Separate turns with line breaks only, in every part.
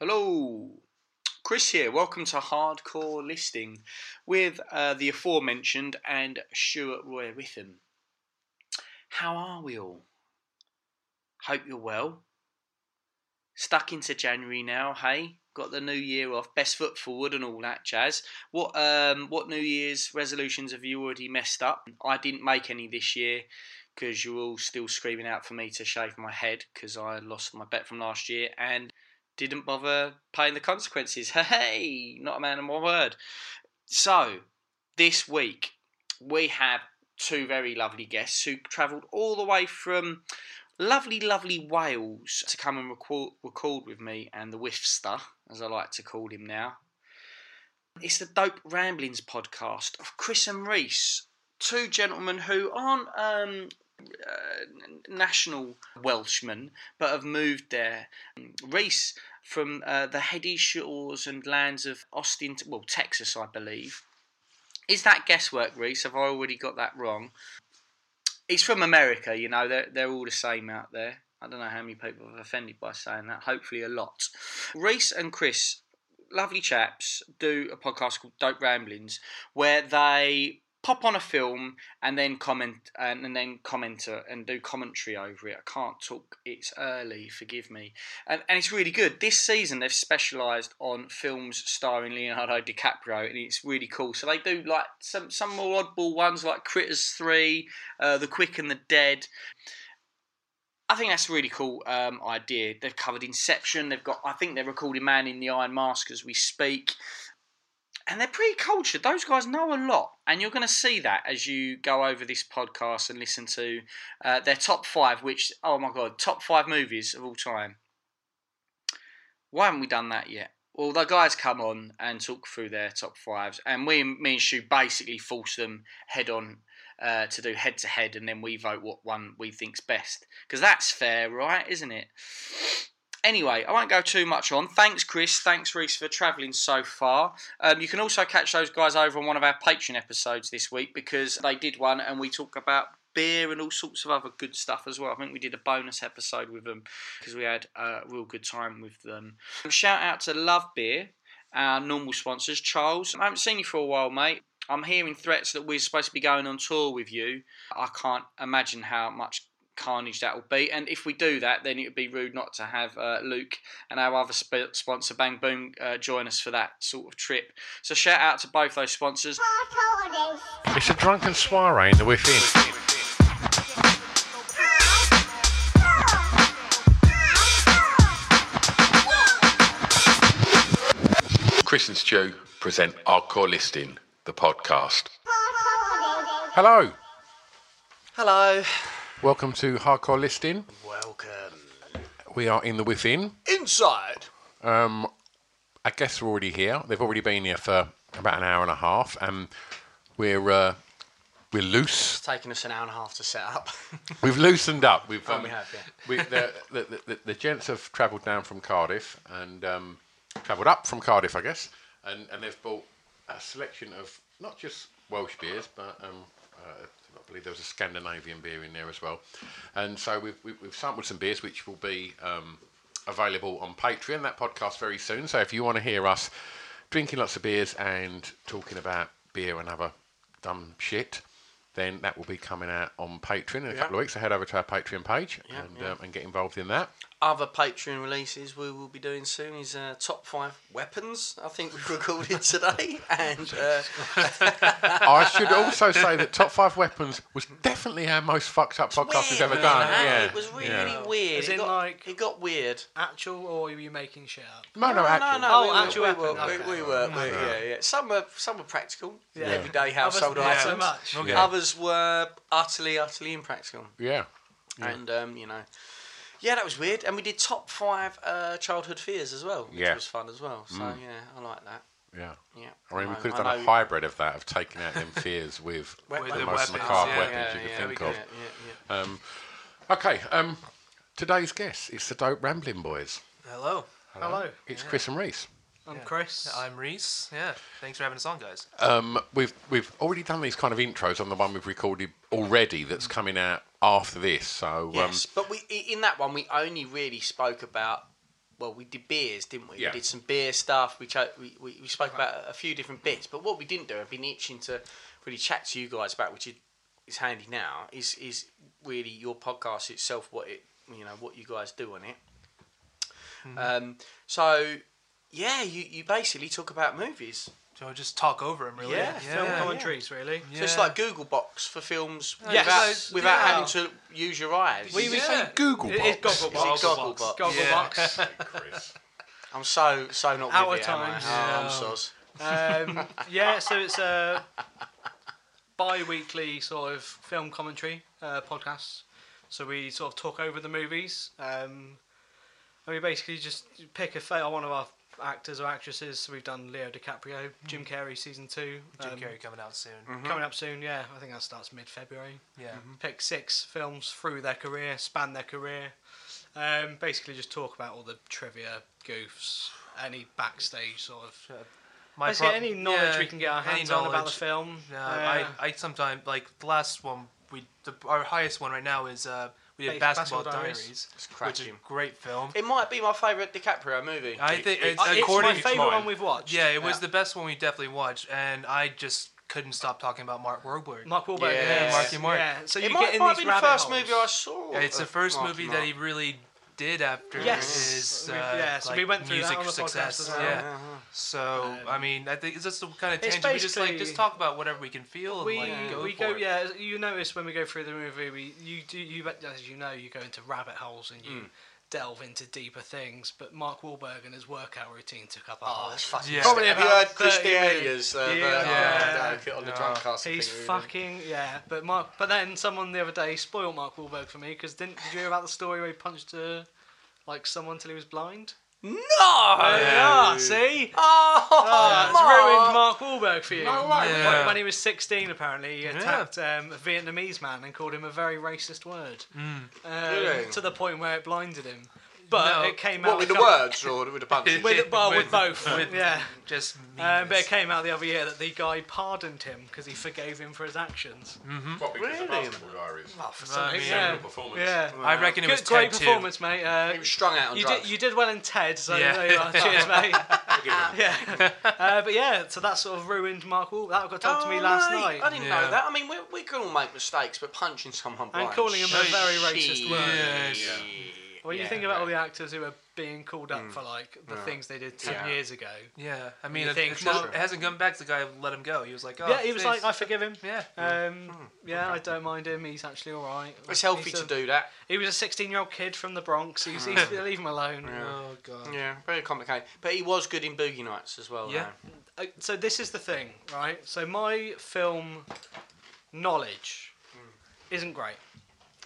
Hello, Chris here. Welcome to Hardcore Listing with uh, the aforementioned and Stuart Roy Witham. How are we all? Hope you're well. Stuck into January now, hey? Got the new year off, best foot forward and all that jazz. What um what New Year's resolutions have you already messed up? I didn't make any this year because you're all still screaming out for me to shave my head because I lost my bet from last year and didn't bother paying the consequences. Hey, not a man of my word. So, this week we have two very lovely guests who travelled all the way from lovely, lovely Wales to come and record, record with me and the Whiffster, as I like to call him now. It's the Dope Ramblings podcast of Chris and Reese, two gentlemen who aren't um, uh, national Welshmen but have moved there. Reese from uh, the heady shores and lands of Austin, well, Texas, I believe. Is that guesswork, Reese? Have I already got that wrong? He's from America, you know, they're, they're all the same out there. I don't know how many people have offended by saying that, hopefully a lot. Reese and Chris, lovely chaps, do a podcast called Dope Ramblings where they pop on a film and then comment and, and then comment uh, and do commentary over it. I can't talk; it's early. Forgive me. And, and it's really good. This season they've specialised on films starring Leonardo DiCaprio, and it's really cool. So they do like some some more oddball ones like Critters Three, uh, The Quick and the Dead. I think that's a really cool um, idea. They've covered Inception. They've got. I think they're recording Man in the Iron Mask as we speak and they're pretty cultured. Those guys know a lot, and you're going to see that as you go over this podcast and listen to uh, their top five. Which, oh my god, top five movies of all time. Why haven't we done that yet? Well, the guys come on and talk through their top fives, and we, me and Shu, basically force them head on uh, to do head to head, and then we vote what one we think's best because that's fair, right? Isn't it? anyway, I won't go too much on. Thanks, Chris. Thanks, Reese, for travelling so far. Um, you can also catch those guys over on one of our Patreon episodes this week because they did one and we talk about beer and all sorts of other good stuff as well. I think we did a bonus episode with them because we had a real good time with them. Shout out to Love Beer, our normal sponsors. Charles, I haven't seen you for a while, mate. I'm hearing threats that we're supposed to be going on tour with you. I can't imagine how much carnage that will be. And if we do that, then it would be rude not to have uh, Luke and our other sp- sponsor, Bang Boom, uh, join us for that sort of trip. So shout out to both those sponsors.
It's a drunken soiree in the within.
Chris and Stu present our core listing, the podcast.
Hello,
Hello.
welcome to Hardcore Listing.
Welcome.
We are in the within.
Inside.
Um, I guess we're already here. They've already been here for about an hour and a half, and we're uh, we're loose.
It's taken us an hour and a half to set up.
We've loosened up. We've um,
Oh, we have, yeah.
we, the, the, the, the, the gents have travelled down from Cardiff and um, travelled up from Cardiff, I guess, and, and they've bought a selection of not just Welsh beers, but um, uh, I believe there was a Scandinavian beer in there as well. And so we've, we've, we've sampled some beers which will be um, available on Patreon, that podcast very soon. So if you want to hear us drinking lots of beers and talking about beer and other dumb shit, then that will be coming out on Patreon in a
Yeah.
couple of weeks. So head over to our Patreon page and, Um, and get involved in that.
Other Patreon releases we will be doing soon is uh, top five weapons. I think we recorded today, and uh,
I should also say that Top 5 Weapons was definitely our most fucked up podcast we've ever
weird,
done.
man.
Yeah.
it was really
yeah.
weird.
As
It
in,
got,
like-
it got weird.
Actual, or were you making shit up?
No, no, actually.
No, no,
Oh,
we were-
actual
we
weapon,
were- we-
okay.
We were, we- yeah, yeah. Some were, some were practical, everyday
Others
household
not so
items.
much.
Okay.
Others were utterly, utterly impractical.
Yeah.
And um, you know, yeah, that was weird. And we did top five uh, childhood fears as well, which
Yeah.
was fun as well. So yeah, I like that.
Yeah.
Yeah.
I mean, we
know-
could
I
have done a
know-
hybrid of that, of taking out them fears with
With
the
the
most
weapons,
macabre
yeah,
weapons
yeah,
you could
yeah,
think
yeah,
of.
yeah, yeah.
Um, okay, um, today's guest it's the Dope Rambling Boys.
Hello,
Hello,
It's Chris and Reese.
I'm Chris.
I'm Reese. Yeah, thanks for having us on, guys.
Um, we've we've already done these kind of intros on the one we've recorded already that's coming out after this. So um,
Yes, but we i- in that one we only really spoke about. Well, we did beers, didn't we?
Yeah.
We did some beer stuff. We, cho- we, we we spoke about a few different bits, but what we didn't do, I've been itching to really chat to you guys about, which is, is handy now, is is really your podcast itself, what it you know what you guys do on it.
Mm-hmm.
Um, so yeah, you, you basically talk about movies.
So I'll just talk over him, really.
Yeah,
Film commentaries, really.
So it's
Yeah.
like Google Box for films
Yes.
without, without
Yeah.
having to use your eyes.
We would say
Google
It is
Box.
Gogglebox.
Is it Gogglebox?
Gogglebox.
Chris.
I'm so so not
Out
with
of
it, am I?
time.
Oh,
Yeah.
I'm soz.
Um, yeah, so it's a bi-weekly sort of film commentary uh, podcast. So we sort of talk over the movies, um, and we basically just pick a fa- one of our actors or actresses. So we've done Leo DiCaprio, Jim Carrey season two,
Mm-hmm. Jim
um,
Carrey coming out soon.
coming up soon. Yeah, I think that starts mid-February.
Yeah.
Pick six films through their career, span their career. Um, basically, just talk about all the trivia, goofs, any backstage sort of
My
Basically,
pro-
any knowledge
yeah,
we can get our
any
hands on about the
knowledge.
film.
Yeah,
Uh,
I, I sometimes like the last one we the, our highest one right now is uh we did
Bas-
Basketball,
Basketball
Diaries,
Diaries.
which is a
cracking.
great film.
It might be my favourite DiCaprio movie.
I think it's,
I- it's
according
my favourite one we've watched.
yeah, it was the best one we definitely watched, and I just couldn't stop talking about Mark Wahlberg.
Mark Wahlberg.
Yeah,
yes.
Marky Mark.
Yeah, so you
it
get
might,
in
might
these
be the
rabbit
first
holes.
movie I saw.
Yeah, it's the
of
first
Marky
movie that
Mark.
he really did after
Yes.
his uh,
We- yeah, so we
like,
went through that
music
on the podcast
success.
as well.
Yeah.
Yeah,
Uh-huh.
So I mean, I think it's just the kind of
It's
tangent we just like
basically-
just talk about whatever we can feel and
We,
like go
we
for
go
it.
yeah you notice when we go through the movie we you do you as you know you go into rabbit holes and
Mm.
you delve into deeper things but Mark Wahlberg and his workout routine took up our
Oh,
whole
it's fucking.
Yeah.
Probably have you heard
About
Chris
30
D'Elia's? Uh,
Yeah,
version?
yeah.
Oh, no, no, on the Drunkcast
He's
thing, really.
fucking yeah, but Mark. But then someone the other day spoiled Mark Wahlberg for me because didn't did you hear about the story where he punched uh, like someone till he was blind? Oh,
No.
yeah, see,
Oh,
oh, it's ruined Mark Wahlberg for you.
No way.
When-
Yeah.
When he was 16, apparently he attacked um, a Vietnamese man and called him a very racist word uh,
Really?
to the point where it blinded him. But
No.
it came
What
out
with the
a couple-
words or with the punches?
With, well, with, both,
with-
yeah.
Just
Um, but
meanness.
it came out the other year that the guy pardoned him because he forgave him for his actions.
Probably because of
Really? Oh,
Basketball Diaries.
I mean,
yeah.
performance.
Yeah.
I reckon it was
Good, great
Ted too.
performance, mate. Uh,
He was strung out on
you
drugs.
did you did well in Ted, so
Yeah.
there you are. Cheers, mate. yeah. Uh, but yeah, so that sort of ruined Mark Wahlberg. That got told to me
Oh,
last
mate,
night.
I didn't
Yeah.
know that. I mean, we, we can all make mistakes, but punching someone blind.
calling him a
shit.
very racist word.
Yes.
What do you think about all the actors who are being called up for like the things they did ten
Hmm. Yeah.
years ago?
Yeah, I mean,
You
it,
think
it's not,
so?
it hasn't come back. The guy let him go. He was like, oh,
yeah, he was
thanks.
like, I forgive him.
yeah. Hmm.
Um, yeah, I don't mind him. He's actually all right.
It's healthy
He's
to
a-
do that.
He was a 16-year-old kid from the Bronx. He's, he's leave him alone.
oh god.
Yeah, very complicated. But he was good in Boogie Nights as well.
Yeah.
though.
Uh, so this is the thing, right? So my film knowledge
Hmm.
isn't great,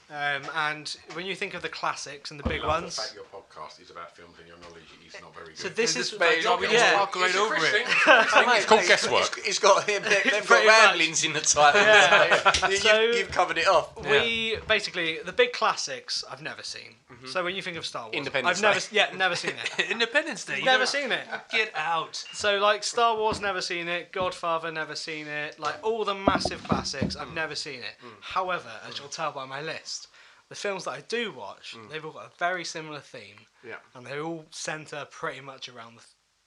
um, and when you think of the classics and the big
Love the
ones,
fact your podcast is about films and your knowledge is not very good.
so this
This
is
is my job. We just
yeah.
walk right over it.
it's called
He's-
guesswork.
he's- he's got him. They've got
Pretty much.
ramblings in the title. so you-
So-
you've, you've covered it off.
We basically the big classics I've never seen.
Mm-hmm.
So when you think of Star Wars,
Independence
I've never
Day.
yeah never seen it.
Independence Day. you
never
know?
seen it.
Get out.
So like Star Wars, never seen it. Godfather, never seen it. Like all the massive classics,
Mm.
I've never seen it. However, as you'll tell by my list, the films that I do watch,
Mm.
they've all got a very similar theme,
Yeah.
and they all centre pretty much around the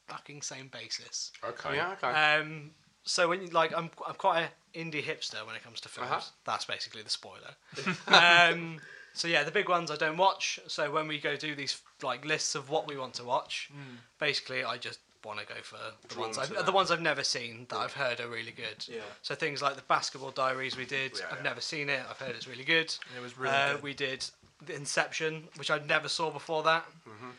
fucking same basis.
Okay.
Oh, Yeah. Okay.
Um, so when you like, I'm I'm quite an indie hipster when it comes to films.
Uh-huh.
That's basically the spoiler. um, so yeah, the big ones I don't watch. So when we go do these like lists of what we want to watch, basically I just want to go for the
Hmm. Drawn
ones
to
I've,
that.
the ones I've never seen that I've heard are really good.
Yeah.
So things like the Basketball Diaries we did,
Yeah,
I've
yeah.
never seen it. I've heard it's really good.
It was really
Uh,
good.
We did the Inception, which I never saw before that,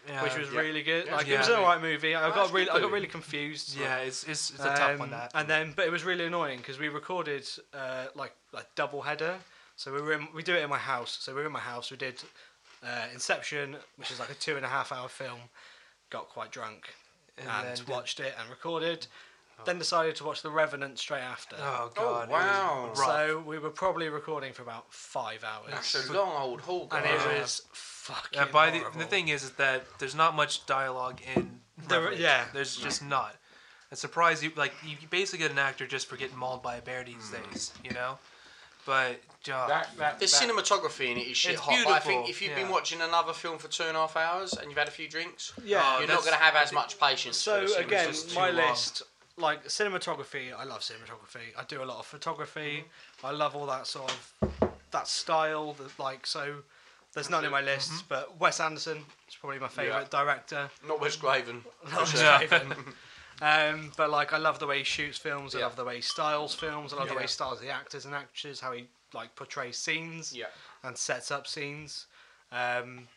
Yeah.
which was
Mm-hmm. yeah.
really good. Like it
Yeah.
was an alright movie. I
That's
got really, I
good.
got really confused.
Yeah, it's it's, it's a tough one
Um,
that.
And then, but it was really annoying because we recorded uh, like a double header. So we were in, we do it in my house. So we were in my house. We did uh, Inception, which is like a two and a half hour film. Got quite drunk and,
then did-
watched it and recorded. Then decided to watch The Revenant straight after.
oh
Oh
god. it was
wow,
rough.
so we were probably recording for about five hours,
that's a long old haul.
and
guys.
it was fucking.
Uh, by the,
horrible.
the thing is, is that there's not much dialogue in
There-
Reverend.
yeah.
there's just not. It's surprised you like you basically get an actor just for getting mauled by a bear these days, you know. But uh,
Hmm. That,
The
that, that-
cinematography in it is shit
It's
hot. But I
beautiful,
think if you've been
yeah.
watching another film for two and a half hours and you've had a few drinks,
Yeah,
you're
Oh, that's-
not going to have as much patience. for
So
the
again,
cinematography.
my
too long.
list like cinematography. I love cinematography. I do a lot of photography.
Mm-hmm.
I love all that sort of that style. That, like so, there's none in my list,
Mm-hmm.
but Wes Anderson is probably my favorite director.
not Wes Craven.
Not um, but like I love the way he shoots films. I
Yeah.
love the way he styles films. I love the way
Yeah.
he styles the actors and actresses. How he like portrays scenes
Yeah.
and sets up scenes. Um,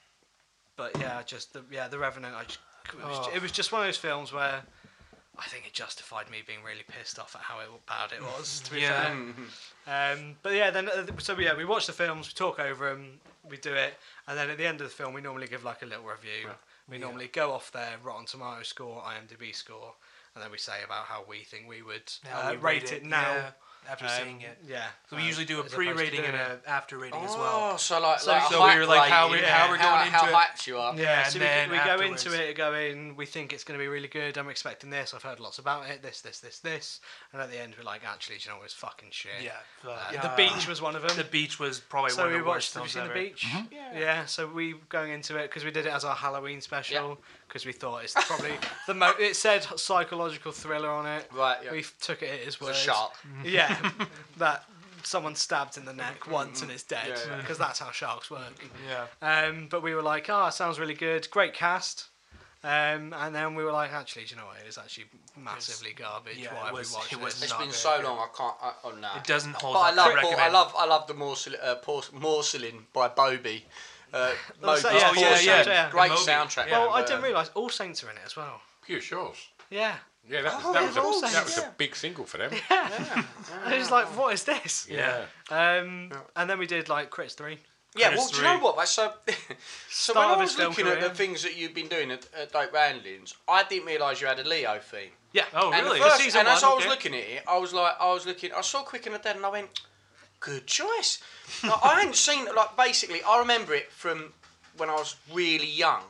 but yeah, just the yeah the Revenant. I just, it, was, it
Oh.
was just one of those films where I think it justified me being really pissed off at how it, bad it was. To be
Yeah.
fair. Um, but yeah, then uh, so yeah, we watch the films, we talk over them, we do it, and then at the end of the film, we normally give like a little review. We normally go off their Rotten Tomato score, IMDb score, and then we say about how we think we would
now
uh,
we
rate it now.
yeah, after
Um,
seeing it.
yeah.
So we
um,
usually do a
as opposed to
pre-rating and
doing it.
a after rating as
Oh,
well.
so like,
So-
like a
so
hype
we were like, how
rating,
we- how we're going
how,
into
how
it.
hyped you are.
Uh, Yeah,
and
so
then
we, we go
afterwards-
into it going, we think it's going to be really good. I'm expecting this. I've heard lots about it. This, this, this, this. And at the end, we're like, actually, do you know what? It's fucking shit.
Yeah,
Uh,
but-
The Beach was one of them.
The beach was probably
so
one of
we
the worst
watched. Have you
films
seen
ever. Mm-hmm.
The Beach? Yeah. So we going into it because we did it as our Halloween special because we thought it's probably the mo. It said psychological thriller on it.
Right, yeah.
We f- took it at his
a
word.
shark.
Yeah. that someone stabbed in the neck once and it's dead because
Yeah, yeah.
that's how sharks work.
Yeah,
Um, but we were like, ah, sounds really good, great cast. Um, and then we were like, actually, do you know what? It was actually massively garbage.
yeah,
Why
it
have
was-
we watched
it was
this?
It's
not
been
very
so
good.
long, I can't. I, oh no,
It doesn't hold
But I
up.
love,
Couldn't
Paul, I
recommend.
love, I love the morcel, uh, Paul- Morselin by Bobby. Uh, Moby.
so- yeah,
Paul
yeah,
Saint.
yeah.
Great
Moby.
soundtrack.
Well, I
Uh,
didn't realise All Saints are in it as well.
Pure Shores.
Yeah.
Yeah, that was,
Oh,
that was,
they're all
a, that
saying-
was a big single for them.
I was like, what is this?
yeah.
Um, and then we did like Crits 3.
Yeah, well,
Chris
do you know
Reeve.
what? mate? So, so when
Start
I
of his
was
film
looking at
career.
the things that you've been doing at, at Dope Randlings, I didn't realise you had a Leo theme.
Yeah.
Oh,
And, the
really?
first-
Season
and as
one,
I was
okay.
looking at it, I was like, I was looking, I saw Quick and the Dead, and I went, good choice. Like, I hadn't seen like basically, I remember it from when I was really young,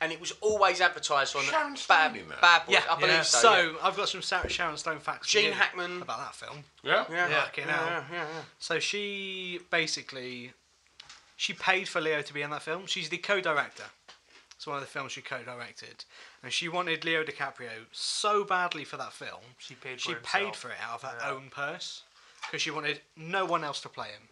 and it was always advertised on
Sharon
Bad,
Stone in that?
Bad Boys.
Yeah.
I believe
Yeah.
so.
So
yeah.
I've got some Sarah Sharon Stone facts. for
Gene
you
Hackman.
about that film.
Yeah.
yeah.
Fucking hell. So she basically she paid for Leo to be in that film. She's the co-director. It's one of the films she co-directed, and she wanted Leo DiCaprio so badly for that film.
She paid for
She
himself.
paid for it out of her own purse because she wanted no one else to play him.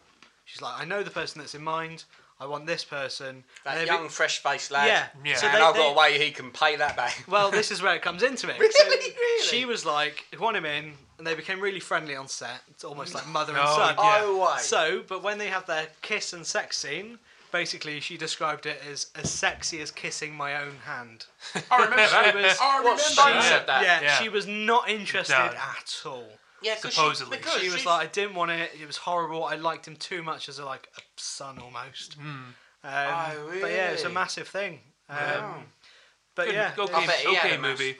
She's like, I know the person that's in mind. I want this person.
That
And they've-
young, fresh-faced lad.
Yeah. Yeah. So
and
they-
I've
they-
got a way he can pay that back.
well, this is where it comes into it.
Really? Really?
She was like, want him in, and they became really friendly on set. It's almost like mother and
No,
son.
Oh, yeah.
No way.
So, but when they have their kiss and sex scene, basically she described it as as sexy as kissing my own hand.
I remember that.
was-
I
What
remember
Stone
that.
said that.
yeah,
Yeah.
she was not interested
No.
at all.
Yeah, 'cause she-
Supposedly.
because
She was
she's-
like, I didn't want it. It was horrible. I liked him too much as a, like a son almost.
Hmm.
Um,
Oh,
But yeah, it's
really?
a
Oh,
massive thing. Um, But yeah,
okay,
I bet he had
okay
a mass-
movie.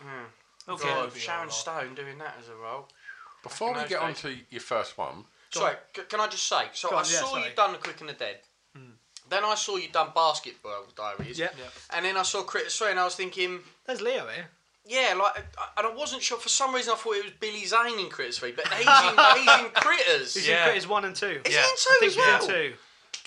Okay,
God,
movie
Sharon
overall.
Stone doing that as a role.
Before we
those
get on
days.
to your first one,
Sorry, c- can I just say? So
Go
I
on, yeah,
saw
sorry. Hmm.
you done The Quick and the Dead. Then I saw you done Basketball Diaries.
Yep. Yep.
And then I saw Critters 3 and I was thinking,
there's Leo here.
yeah, like, I- and I wasn't sure. For some reason, I thought it was Billy Zane in Critters 3, but he's in, he's in Critters.
He's
Yeah.
in Critters one and two.
Is
Yeah.
he
I
in 2
I think
as
he's
well?
in two.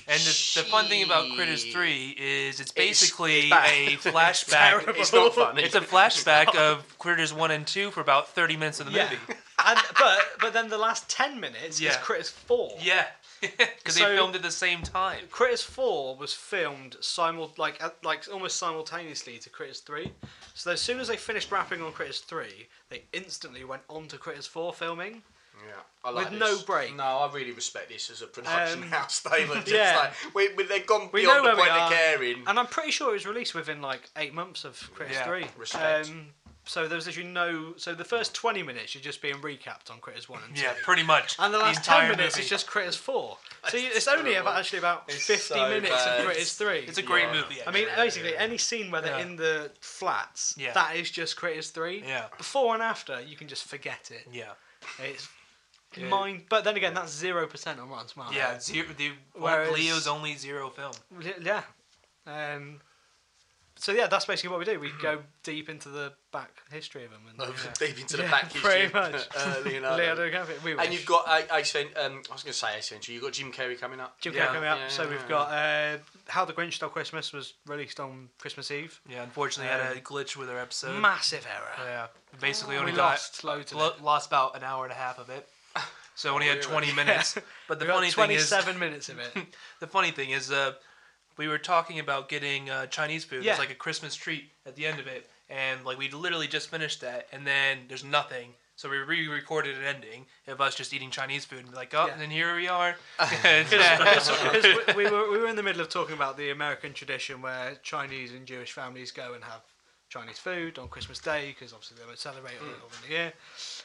And the, the fun thing about Critters
She-
Three is it's
It's-
basically
it's bad.
a
It's
flashback.
terrible. It's not funny.
It's a flashback of Critters One and Two for about thirty minutes of the
Yeah.
movie.
and but but then the last ten minutes is
Yeah.
Critters Four.
Yeah, because
So-
they filmed at the same time.
Critters Four was filmed simul like at, like almost simultaneously to Critters Three. So as soon as they finished wrapping on Critters Three, they instantly went on to Critters Four filming.
Yeah, I like
With
this.
no break.
No, I really respect this as a production
Um,
house. They were just
yeah.
like, we, we, they've gone
We
beyond
know
the
where
point
we
of
are,
caring.
and I'm pretty sure it was released within like eight months of Critters
Yeah,
Three.
respect.
Um, so there was actually no. So the first twenty minutes you're just being recapped on Critters One and Two.
Yeah, pretty much.
And the last ten
entire
minutes
movie.
is just Critters Four. So you, it's only about actually about
It's
fifty
so
minutes
bad.
of Critters Three.
It's a great movie.
I mean,
actually.
basically, any scene where they're
Yeah.
in the flats,
Yeah.
that is just Critters 3.
Yeah.
Before and after, you can just forget it.
yeah,
It's mind. But then again, that's 0% on Rotten Tomatoes.
yeah. Zero, the,
Whereas-
Leo's only zero film.
Li- Yeah. Um, so, yeah, that's basically what we do. We go deep into the back history of them. And,
Deep into the
Yeah,
back history.
pretty much.
Uh, Leonardo.
Leonardo DiCaprio. We
And
wish.
you've got, uh, Ace Ven- um, I was going to say Ace Ventura, you've got Jim Carrey coming up.
Jim Carrey
yeah,
coming up.
yeah,
so,
yeah,
we've
yeah.
got uh, How the Grinch Stole Christmas was released on Christmas Eve. Um,
Yeah, unfortunately, had a glitch with her episode.
Massive error.
yeah, basically only
we
got
lost loads of
lo-
it.
lost about an hour and a half of it. So only had 20 minutes. But the
We've got
funny thing is,
27 minutes of it.
the funny thing is, uh, we were talking about getting uh, Chinese food.
Yeah.
It's like a Christmas treat at the end of it, and like we literally just finished that, and then there's nothing. So we re-recorded an ending of us just eating Chinese food, and be like, oh,
Yeah.
and then here we are. uh, Yeah.
Because we, we were we were in the middle of talking about the American tradition where Chinese and Jewish families go and have Chinese food on Christmas Day because obviously they would celebrate all,
Mm.
all in the year.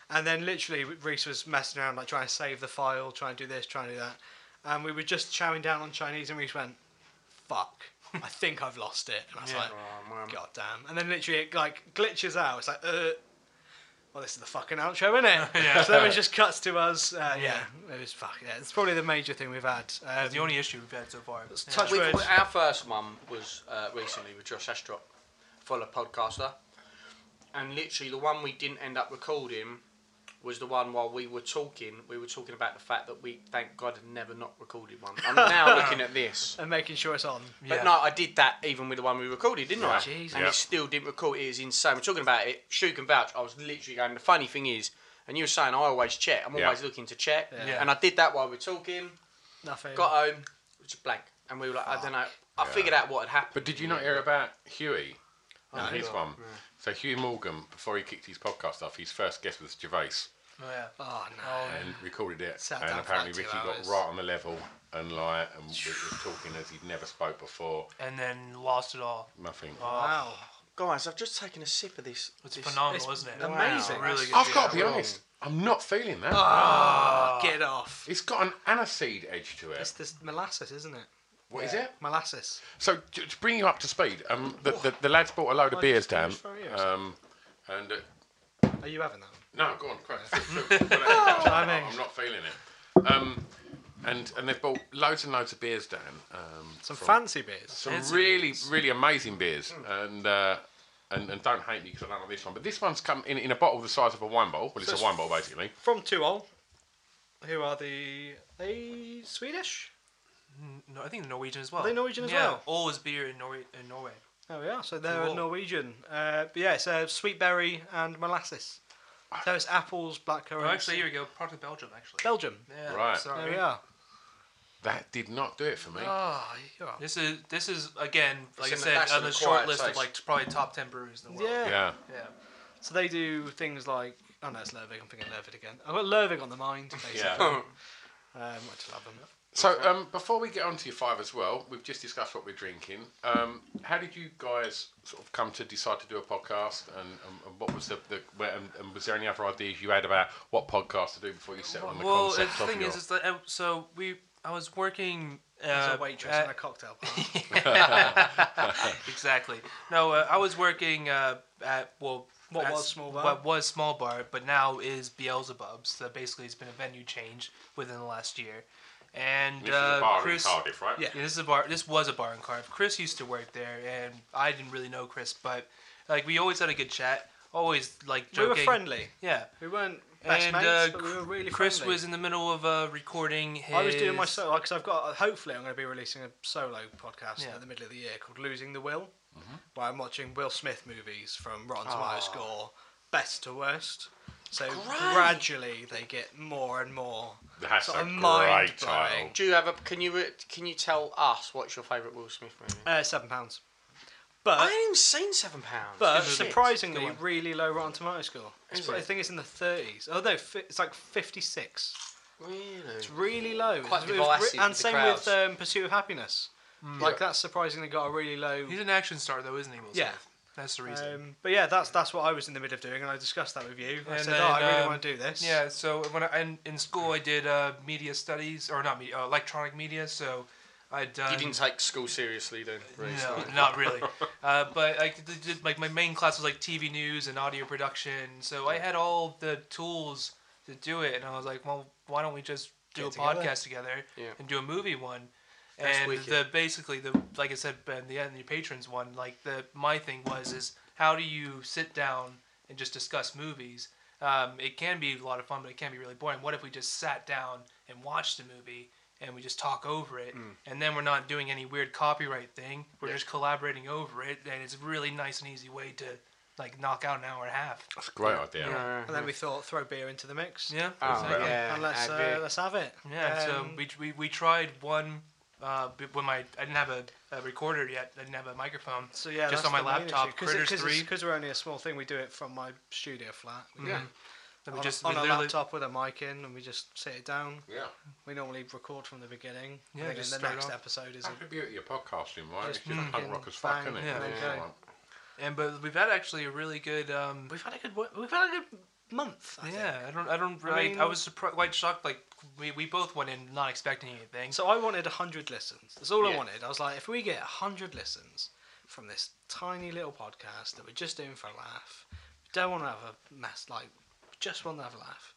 And then literally Reese was messing around like trying to save the file, trying to do this, trying to do that, and we were just chowing down on Chinese, and Reese went, "Fuck." I think I've lost it, and I was like,
Oh,
"God damn!" And then literally it like glitches out. It's like, "Uh, well, this is the fucking outro, isn't it?" So then it just cuts to us. Uh, yeah. it was fuck. Yeah, it's probably the major thing we've had. Um,
the only issue we've had so far. Yeah.
touch
We-
wood.
we- our first one was uh, recently with Josh Astrop, fellow podcaster, and literally the one we didn't end up recording was the one while we were talking. We were talking about the fact that we, thank God, had never not recorded one. I'm now looking at this.
and making sure it's on.
But
Yeah.
no, I did that even with the one we recorded, didn't I?
Jesus.
And
Yeah.
it still didn't record. It is insane. We're talking about it. Shoe can vouch. I was literally going. The funny thing is, and you were saying I always check. I'm
Yeah.
always looking to check.
Yeah.
And I did that while we were talking.
Nothing.
Got home, it was just blank, and we were like, I don't know. I figured out what had happened.
But did you not hear about Huey? and his one. So Huey Morgan, before he kicked his podcast off, his first guest was Gervais
Oh, yeah.
Oh no.
and recorded it.
Sat
and
down for
apparently
like two
Ricky got
hours.
right on the level and like and was was talking as he'd never spoke before.
And then lost it all.
Nothing.
Wow.
Guys, I've just taken a sip of this.
It's
this- Oh,
phenomenal,
it's
isn't it?
amazing.
Really good.
I've got to be honest. I'm not feeling that.
Get off.
It's got an aniseed edge to
It's
it.
this molasses, isn't it?
What is it?
Molasses.
So j- to bring you up to speed, um, the, the, the lads bought a load of
Oh,
beers
just do
down.
this for you.
Um, and uh,
Are you having that?
no, go on, crack. I'm
mean-
not- I'm not feeling it. Um, and and they've bought loads and loads of beers down. Um,
Some
from-
fancy beers.
some
Fancy
really really amazing beers and uh, and and don't hate me because I don't like this one but this one's come in, in a bottle the size of a wine bottle well it's a wine bottle basically
From Tuol, who are the they Swedish?
No, I think Norwegian as well.
they Norwegian as
yeah,
well?
All is beer in, Norway. in Norway.
Oh yeah, so they're
Tuol.
Norwegian. Uh, but yeah, it's uh, sweet berry and molasses. So it's apples, blackcurrants.
Oh, actually, here we go. Part of Belgium, actually.
Belgium.
Yeah,
Right.
sorry.
There we are.
that did not do it for me
Oh, you're
This is this is again, like I
in the
said,
best
on
of
the
the
short
quiet
list of
taste.
like probably top ten breweries in the world.
yeah.
yeah
Yeah.
So they do things like oh no, it's Lervig. I'm thinking Lervig again. I've got Lervig on the mind. Basically.
Yeah.
Um, I just love them.
so um, before we get on to your five as well we've just discussed what we're drinking um, how did you guys sort of come to decide to do a podcast and, and, and what was the, the where, and, and was there any other ideas you had about what podcast to do before you settled on the
Well, the
concept of
thing
your
is, is that uh, so we I was working
As
uh,
a waitress
at-
in a cocktail bar.
exactly. No, uh, I was working uh, at well.
What
at
was
s-
Small Bar?
What was small bar, but now is Beelzebub's. So basically, it's been a venue change within the last year. And
this is
uh,
a bar
Chris,
in Cardiff right
Yeah, this is a bar. This was a bar and carve. Chris used to work there, and I didn't really know Chris, but like we always had a good chat. Oh, Always like
We
joking.
were friendly.
Yeah.
We weren't best
and
mates,
uh,
but we were really
Chris
friendly.
was in the middle of uh, recording his.
I was doing my solo because I've got. Hopefully, I'm going to be releasing a solo podcast
Yeah.
at the middle of the year called "Losing the Will,"
Mm-hmm.
where I'm watching Will Smith movies from Rotten Tomatoes score, best to worst. So gradually they get more and more.
That's
sort
a
of
great
mind-blowing.
title.
Do you have a? Can you re- can you tell us what's your favourite Will Smith movie?
Uh, seven pounds. But
I haven't seen Seven Pounds.
But
Shit.
surprisingly,
Go on.
really low Rotten Tomato score. It's,
Is
pro- I
it?
think it's in the 30s. Oh no, fi- it's like 56. It's
really,
really low.
Quite
It's- it was
divisive with
and
the
same
crowds.
with um, Pursuit of Happiness. Like that's surprisingly got a really low.
Mm. He's an action star, though, isn't he? Will
Yeah.
Smith? That's the reason.
Um, but yeah, that's that's what I was in the middle of doing, and I discussed that with you. I
And
said,
then,
"Oh, I really
um,
want to do this."
Yeah, so when I in, in school I did uh, media studies or not media, uh, electronic media. So um, I done.
you didn't take school seriously then. Ray,
No,
sorry.
not really. Uh, but I did, did- like my main class was like TV news and audio production, so I had all the tools to do it, and I was like, well, why don't we just do
Get
a
together.
podcast together
Yeah.
and do a movie one?
That's
and
wicked.
the basically the like I said, Ben, the and the patrons one, like the my thing was is how do you sit down and just discuss movies? Um, it can be a lot of fun, but it can be really boring. What if we just sat down and watched a movie and we just talk over it,
Mm.
and then we're not doing any weird copyright thing. We're just collaborating over it, and it's a really nice and easy way to like knock out an hour and a half.
That's a great idea.
And then we thought, throw beer into the mix.
Mm-hmm. Yeah.
yeah.
And let's
I
uh,
agree.
let's have it.
Yeah, so
Um,
we, we, we tried one uh, b- when my I didn't have a, a recorder yet. I didn't have a microphone.
So yeah,
just on my laptop, Critters Three.
Because we're only a small thing, we do it from my studio flat. Yeah.
that
On,
we
a-
just
on
we
a
literally-
laptop with a mic in, and we just sit it down.
Yeah.
We normally record from the beginning.
Yeah,
and
just
then the
straight
next
off.
episode is.
That's the beauty of podcasting, right?
Just
it's just punk rock as fuck,
bang,
isn't it?
yeah,
It's
okay.
like-
And but we've had actually a really good. Um,
We've had a good wo- we've had a good month. I
yeah,
Think.
I don't I don't
I
I, I
mean-
was surprised, quite shocked. Like we, we both went in not expecting anything.
So I wanted hundred listens. That's all I
Yeah.
wanted. I was like, if we get hundred listens from this tiny little podcast that we're just doing for a laugh, we don't want to have a mess. Like, we just want to have a laugh.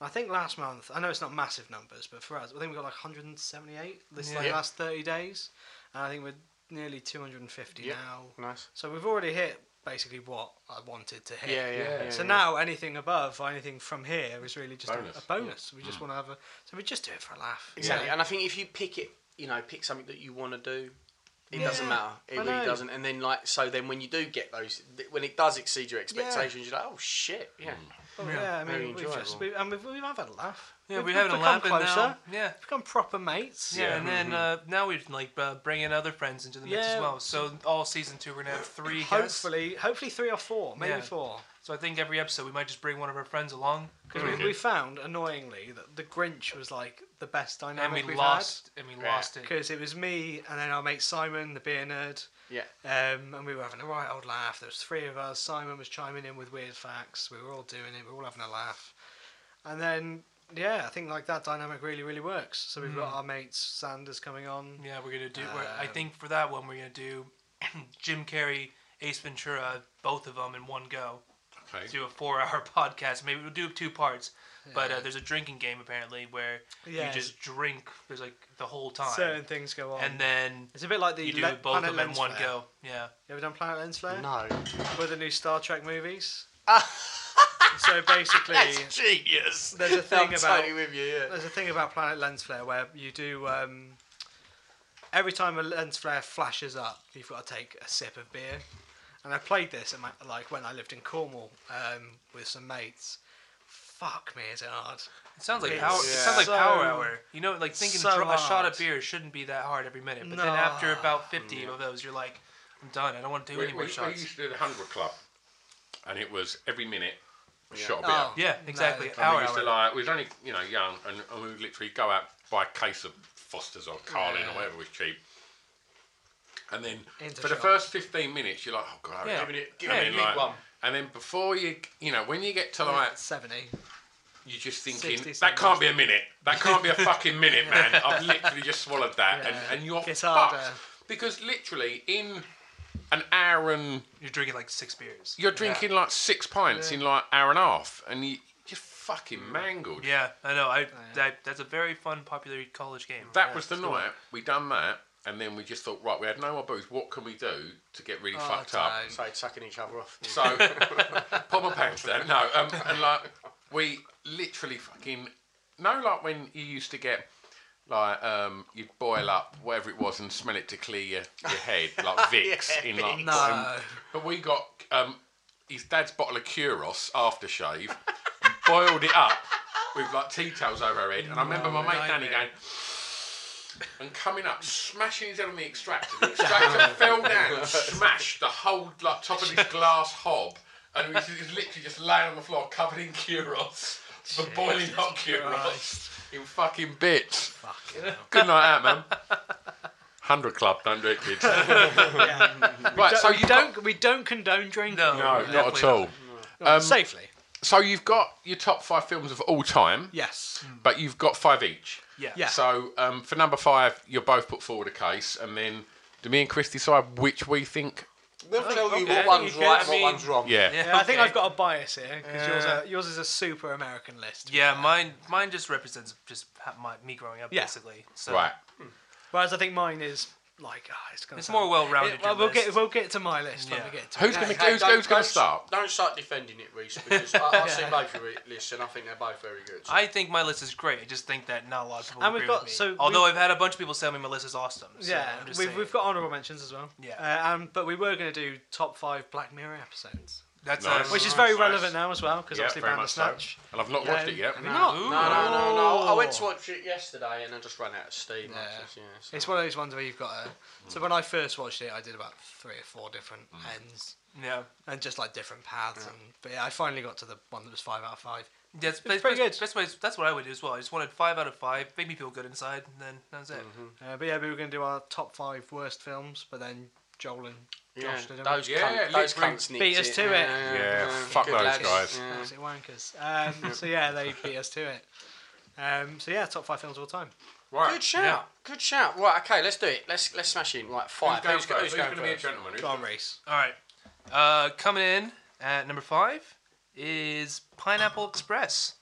And I think last month, I know it's not massive numbers, but for us, I think we got like 178 this like
Yeah.
last 30 days, and I think we're nearly 250
Yeah.
now.
Nice.
So we've already hit basically what I wanted to hit.
Yeah, yeah, Yeah. yeah,
so
yeah.
now anything above, or anything from here, is really just
Bonus.
a, a bonus. We just want to have a. So we just do it for a laugh.
Exactly. And I think if you pick it, you know, pick something that you want to do, it doesn't
Yeah,
matter. It
I know.
really doesn't. And then like so then when you do get those th- when it does exceed your expectations, you're like, "Oh shit." Yeah.
Oh, yeah, I
Very
mean, we've just
enjoyable.
we and we've, we've had a laugh.
Yeah,
we've,
we had a
become
laugh and
Closer.
now- yeah.
we've become proper mates.
Yeah, and then uh, now we're like uh, bringing other friends into the mix
Yeah.
as well. So all season two, we're gonna have three guests.
hopefully, hopefully three or four, maybe
Yeah.
four.
So I think every episode we might just bring one of our friends along,
Because we, we found annoyingly that the Grinch was like the best
and
dynamic
we
we've
lost and we lost it.
Because it was me and then our mate Simon, the beer nerd,
Yeah.
um, and we were having a right old laugh. There was three of us. Simon was chiming in with weird facts. We were all doing it. We were all having a laugh. And then, yeah, I think like that dynamic really, really works. So we've got our mates Sanders coming on.
Mm.
Um,
Yeah, we're gonna do. we're, I think for that one, we're gonna do Jim Carrey, Ace Ventura, both of them in one go.
Okay.
Do a four-hour podcast. Maybe we'll do two parts. But uh, there's a drinking game apparently where
Yeah.
you just drink. There's like the whole time,
Certain things go on.
and then
It's a bit like the
you do both
Le-
of
Planet
them in
Lens
one
Flare.
go. Yeah.
You ever done Planet Lens Flare?
No.
With the new Star Trek movies. so basically,
Genius.
there's a
I'm
thing about
totally with you, yeah.
there's a thing about Planet Lens Flare where you do um, every time a lens flare flashes up, you've got to take a sip of beer. And I played this at my, like when I lived in Cornwall um, with some mates. Fuck me, is it hard?
It sounds like
It's
power. It sounds like
so-
power hour. You know, like thinking
so
a, dro- a shot
hard.
of beer shouldn't be that hard every minute, but
No.
then after about fifty of those, you're like, I'm done. I don't want to do
We,
any
we-
more
we
shots.
used to do the 100 Club, and it was every minute a shot of beer.
Oh.
yeah, exactly.
No.
And
Hour
we used
hour.
to like, we was only, you know, young, and, and we would literally go out, buy a case of Foster's or Carlin or whatever was cheap. And then
Into
for the
shop.
first 15 minutes, you're like, oh, God,
Yeah.
give me it.
Give
and
me
then,
a big
like-
one.
And then before you, you know, when you get to like,
Seventy.
you're just thinking,
60
that can't
seconds.
be a minute. That can't be a fucking minute, man. I've literally just swallowed that.
Yeah.
And, and you're
Gets
fucked.
harder.
Because literally, in an hour and
You're drinking like six beers.
You're drinking like six pints in like hour and a half, and you just fucking mangled.
Yeah, I know.
Oh,
I that, that's a very fun, popular college game.
That
Yeah,
was the
it's cool.
night we done that, and then we just thought, right, we had no more booze. What can we do to get really
Oh,
fucked
Oh,
up?
So sucking each other off.
So pop my pants down. No, um, and like we literally fucking no, like when you used to get. Like um, you'd boil up whatever it was and smell it to clear your, your head, like Vicks in like
No.
Uh,
um, bottom- But we got um, his dad's bottle of Curos aftershave, and boiled it up with like tea towels over her head. And I remember my mate Danny going and coming up, smashing his head on the extractor. The extractor fell down, smashed the whole like, top of his glass hob, and he was, he was literally just laying on the floor covered in Kuros, but boiling hot Kuros in fucking bits. Good night out, man. 100 Club, don't do it, kids. Right, so
so you
you've got-
don't. We don't condone drinking.
No, not at all. Um,
Safely.
So you've got your top five films of all time,
Yes.
but you've got five each.
Yeah.
Yeah.
So um, for number five, you both put forward a case, and then do me and Chris decide which we think?
We'll tell you
okay.
what one's
You
right
can-
and
I mean-
what one's wrong.
Yeah.
Yeah,
I think
okay.
I've got a bias here because yours, are- yours is a super American list.
Yeah, mine mine just represents just ha- my me growing up
Yeah.
basically. So
Right.
Whereas I think mine is like ah, it's gonna.
It's
sound-
more well-rounded,
Yeah, well,
your
we'll get
list.
we'll get to my list when
Yeah.
we get to.
Who's
it.
gonna
Yeah.
who's, who's gonna
don't-
start?
Don't start defending it, Reese, because I, I've seen both your lists and I think they're both very good.
I think my list is great. I just think that not a lot of people
And we've
agree
got-
with me.
so
Although
we-
I've had a bunch of people tell me my list is awesome. So
Yeah,
I'm just
we've,
saying.
we've got honourable mentions as well.
Yeah.
Uh, um, but we were going to do top five Black Mirror episodes,
that's
Nice.
um,
which is
Nice,
very
nice.
relevant now as well because
Yeah,
obviously
very much so.
Bandersnatch.
And I've not
Yeah.
watched it yet.
no, no, no, no. I
Oh.
went to watch it yesterday and I just ran out of steam. I
Yeah.
just- Yeah. so-
It's one of those ones where you've got a. So when I first watched it, I did about three or four different ends
yeah.
and just like different paths. And but yeah, I finally got to the one that was five out of five.
That's that's-
pretty
that's-
good.
That's what, that's what I would do as well. I just wanted five out of five, make me feel good inside, and then that's it.
Uh, but yeah, we were going to do our top five worst films, but then Joel and Josh did
yeah.
them.
Those,
Yeah,
cunt, those
literally
cunts nicked
beat us to it.
Yeah,
Yeah, fuck
Good
those
lads.
guys.
Yeah.
Absolute wankers. Um, so yeah, they beat us to it. Um, so yeah, top five films of all time.
Good shout. Good shout. Right, okay, let's do it. Let's let's smash in. Right, five.
Who's
Who's, go-
going
who's going
to be a
first?
gentleman? Who's
Go on, Reese.
All right. Uh, coming in at number five is Pineapple Express.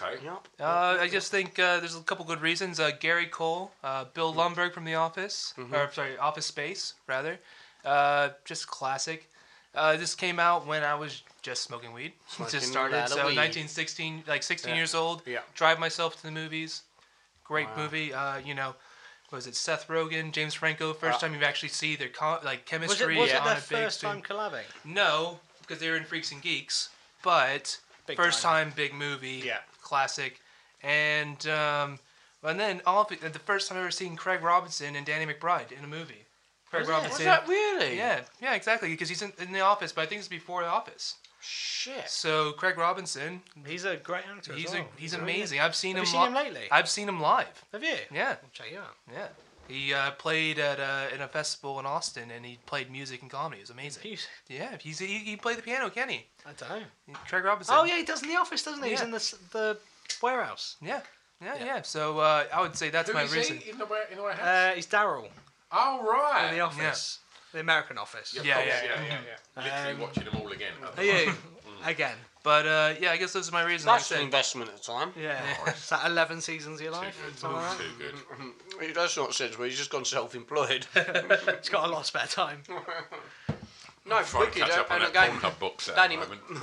Okay.
Uh, I just think uh, there's a couple good reasons. Uh, Gary Cole, uh, Bill Lumberg from The Office, or sorry, Office Space rather. Uh, just classic. Uh, this came out when I was just smoking weed.
Smoking
just started.
that
So
weed.
1916, like 16 years old.
Yeah.
Drive myself to the movies. Great movie. Uh, you know, what was it Seth Rogen, James Franco? First time you actually see their co- like
Was
chemistry
it, was
on
it their
a big
first time
screen.
collabing?
No, because they were in Freaks and Geeks, but
Big
first
time.
time. big movie,
Yeah.
classic, and um, and then all of it, the first time I ever seen Craig Robinson and Danny McBride in a movie. Craig Robinson.
Was that really?
Yeah, yeah, exactly. Because he's in, in the office, but I think it's before the office.
Shit.
So Craig Robinson,
He's a great actor. as
he's
well.
a, he's
really
amazing.
good.
I've seen
Have
him.
you seen him lately?
I've seen him live.
Have you?
Yeah,
I'll check you out.
yeah. He uh, played at uh, in a festival in Austin, and he played music and comedy. It was amazing.
He's,
yeah, he's he, he played the piano, can he?
I don't know.
Craig Robinson.
Oh yeah, he does in the office, doesn't he? He's
Yeah.
in the s- the warehouse.
Yeah, yeah, yeah. So uh, I would say that's
Who
my
is
reason.
he in the, wa- in the warehouse?
Uh, he's Daryl
oh,
in the
right.
office, the American office.
Of
Yeah,
course,
yeah,
yeah, yeah, yeah. Literally watching them all again.
Are you again?
But uh, yeah, I guess those are my reasons.
That's an
like I said.
investment at the time.
Yeah. Is that eleven seasons of your
Too
life?
good.
Something like that?
Too good.
He does not sense where he's just gone self-employed.
He's got a lot of spare time.
no,
Trying to
wicked.
catch up on
uh, And
that
again,
Pornhub box at
Danny
the
Mc-
moment.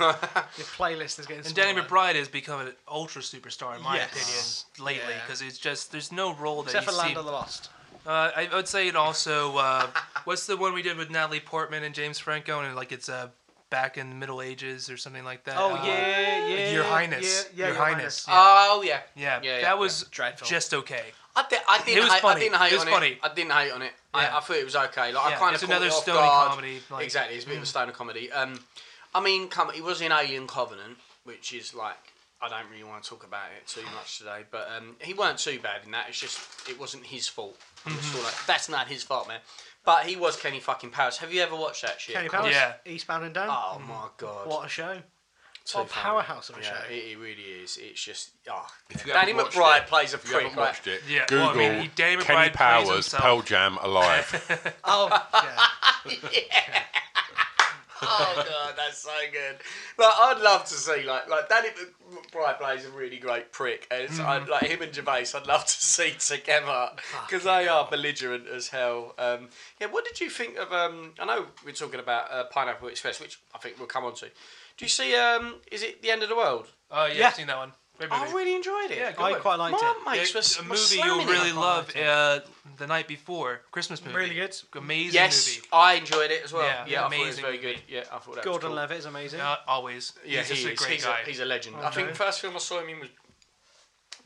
Your playlist is getting.
And Danny
smaller.
McBride has become an ultra superstar in my
Yes.
opinion lately
Yeah.
because it's just there's no role that
Except for
he's
Land
seen.
of the Lost.
Uh, I I would say it also. Uh, what's the one we did with Natalie Portman and James Franco and like it's uh, back in the Middle Ages or something like that. uh,
Oh, yeah, yeah.
Your Highness.
Yeah, yeah,
Your, Highness.
Oh yeah.
Yeah.
Yeah, yeah,
that was
yeah. Dreadful.
just okay.
I, di- I didn't.
It was
hate,
funny.
I didn't hate
It was
on it.
funny.
I didn't hate on it.
Yeah.
I, I thought it was okay. Like I
Yeah,
kind
it's
of
another
it off
stony
guard.
comedy, like- mm.
exactly, it's a bit of a stoner comedy. Um, I mean, come. He was in Alien Covenant, which is like I don't really want to talk about it too much today. But um, he weren't too bad in that. It's just it wasn't his fault.
Mm-hmm.
It's all like that's not his fault, man. But he was Kenny fucking Powers. Have you ever watched that shit?
Kenny Powers.
Yeah.
Eastbound and Down.
Oh my god!
What a show.
Too
What a
funny.
powerhouse of a
Yeah,
show.
it, it really is. It's just oh.
you
Danny
haven't watched
McBride
it-
plays a
If you
prick.
haven't
right?
watched it,
Yeah,
Google
well, I mean, he- Danny
Kenny
McBride plays
Powers
himself.
Pearl Jam alive.
Oh, yeah.
oh god, that's so good. Like I'd love to see like like Danny McBride plays a really great prick, and it's,
Mm.
I, like him and Gervais, I'd love to see together because they are belligerent as hell. Um, yeah, what did you think of? Um, I know we're talking about uh, Pineapple Express, which I think we'll come on to. Do you see? Um, is it the end of the world?
Oh yeah,
Yeah.
I've seen that one.
Great
I
movie.
really enjoyed it.
Yeah, good
I quite liked
my
it.
Mates
Yeah,
was,
a
was
movie you'll
slamming it.
really love.
liked it.
Uh, the night before Christmas movie.
Really good.
Amazing
Yes,
movie.
I enjoyed it as well.
Yeah,
Yeah, I thought it was
amazing
very good. Yeah, I thought that was
Gordon
cool.
Levitt is amazing.
Uh, always.
Yeah,
he's
he
just
is.
a great
he's
guy.
A, he's a legend. I
Okay.
think the first film I saw him in was.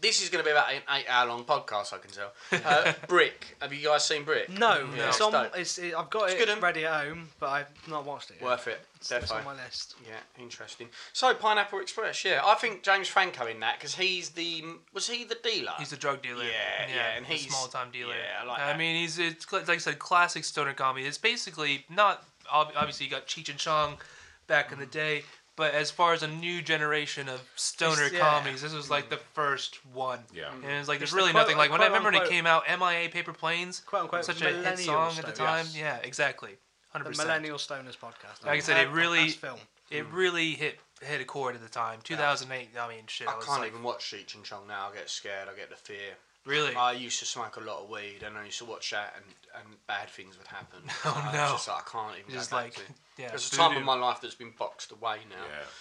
This is going to be about an eight-hour long podcast. I can tell. Uh, Brick. Have you guys seen Brick?
no,
Yeah,
it's
it's
on.
dope.
It's, it, I've got
It's
it
good, um,
ready at home, but I've not watched it. Yet.
Worth it.
It's, it's on
Defo.
my list.
Yeah, interesting. So Pineapple Express. Yeah, I think James Franco in that because he's the was he the dealer?
He's a drug dealer.
Yeah, yeah, and
a
he's-
small time dealer.
yeah, I like
I
that.
mean, he's it's cl- like I said, classic stoner comedy. It's basically not ob- obviously you got Cheech and Chong back in the day, but as far as a new generation of stoner
It's- yeah.
comedies, this was like the first one.
Yeah.
and it's like there's
It's the
really
quote-
nothing like when I
quote
remember when it
unquote-
came out, MIA Paper Planes,
Quote unquote
such a hit
millennial
song at the
stoner.
time.
Yes.
Yeah, exactly, hundred
The
percent.
Millennial Stoners podcast.
Like I said, it
Uh,
really-
podcast film.
It really hit hit a chord at the time. 2008. I mean, shit.
I
was
can't
like,
even watch Cheech and Chong now. I get scared. I get the fear.
really.
I used to smoke a lot of weed, and I used to watch that, and, and bad things would happen. Oh
no.
Just like, I can't even.
Just
go back
like-
to it.
yeah,
There's a
voodoo.
time in my life that's been boxed away now.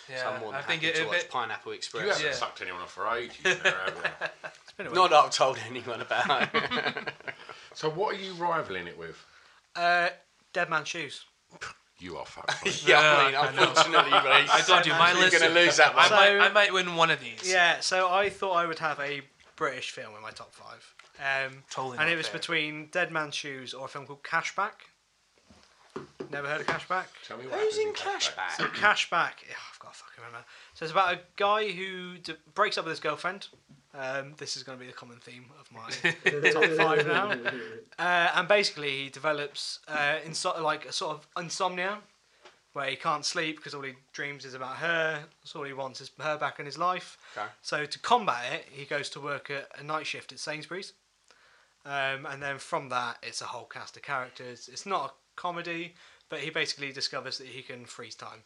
Yeah.
So
Yeah,
I'm more than
I think
happy
it-
to
it-
watch
it-
Pineapple
You
Express.
haven't
Yeah.
sucked anyone off for ages now, have you?
Not that I've told anyone about.
So what are you rivaling it with?
Uh, Dead Man's Shoes.
You are fucked.
yeah, I mean, unfortunately, Reece, I
told you, my
You're
list-
going to lose that one.
I might,
So-
I might win one of these.
Yeah, so I thought I would have a British film in my top five. Um,
Totally
and
not
it was
fair.
between Dead Man's Shoes or a film called Cashback. Never heard of Cashback?
Tell me what
Who's
happens
in
Cashback.
cashback?
So Cashback, oh, I've got to fucking remember. So it's about a guy who d- breaks up with his girlfriend. Um, this is going to be the common theme of my top five now. Uh, and basically, he develops uh, inso- like a sort of insomnia where he can't sleep because all he dreams is about her. That's all he wants is her back in his life.
Okay.
So to combat it, he goes to work at a night shift at Sainsbury's. Um, and then from that, it's a whole cast of characters. It's not a comedy, but he basically discovers that he can freeze time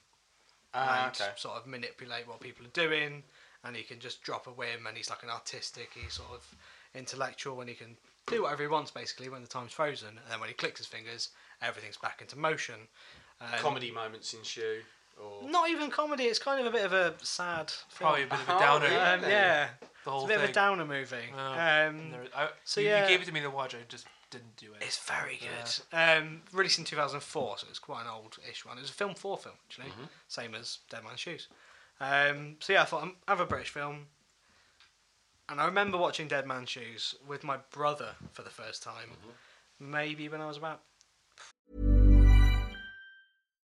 Ah,
and sort of manipulate what people are doing, and he can just drop a whim, and he's like an artistic, he's sort of intellectual, and he can do whatever he wants basically when the time's frozen, and then when he clicks his fingers, everything's back into motion. Um,
Comedy moments ensue. Or...
Not even comedy. It's kind of a bit of a sad. Film.
Probably a bit of
Oh,
a downer.
really?
Um, yeah,
The whole
it's a bit of a
thing.
downer movie.
Yeah.
um,
There- I-
so
you, you
yeah.
gave it to me to watch. I just didn't do it.
It's very good. Um, released in 2004, so it's quite an old-ish one. It was a film for film, actually, same as Dead Man's Shoes. Um, so yeah, I thought um, have a British film, and I remember watching Dead Man's Shoes with my brother for the first time, maybe when I was about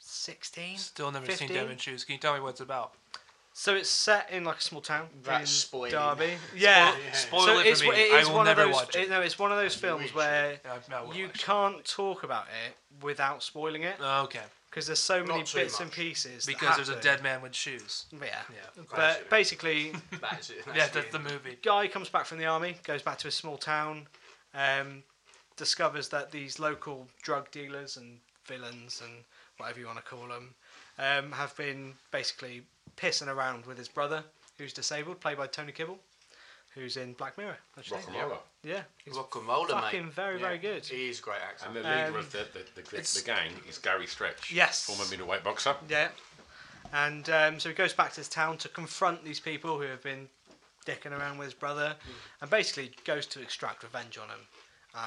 16.
Still never seen
15.
Devon Shoes. Can you tell me what it's about?
So it's set in like a small town
That's
in
spoiling.
Derby. Yeah,
Spoil-
so
spoil it for
it's,
me.
it
I
is
will
one
never
of those,
watch it.
No, it's one of those films where
Yeah, I- I will
you
watch it. Oh,
can't talk about it without spoiling it
Okay.
because there's so many
Not too
bits and
much.
pieces. that
Because there's a
happen.
dead man with shoes.
Yeah,
Yeah.
but basically,
That's it. That's
yeah,
the
that's the
end.
movie.
guy comes back from the army, goes back to his small town, um, discovers that these local drug dealers and villains and whatever you want to call them, um, have been basically pissing around with his brother, who's disabled, played by Tony Kibble, who's in Black Mirror. actually.
Rock and roller.
Yeah,
he's rock and roller, mate.
fucking very, very good.
He is a great actor.
And the leader
Um,
of the, the, the, the,
it's-
the gang is Gary Stretch.
Yes.
Former middleweight boxer.
Yeah. And um, so he goes back to his town to confront these people who have been dicking around with his brother
Hmm.
and basically goes to extract revenge on him.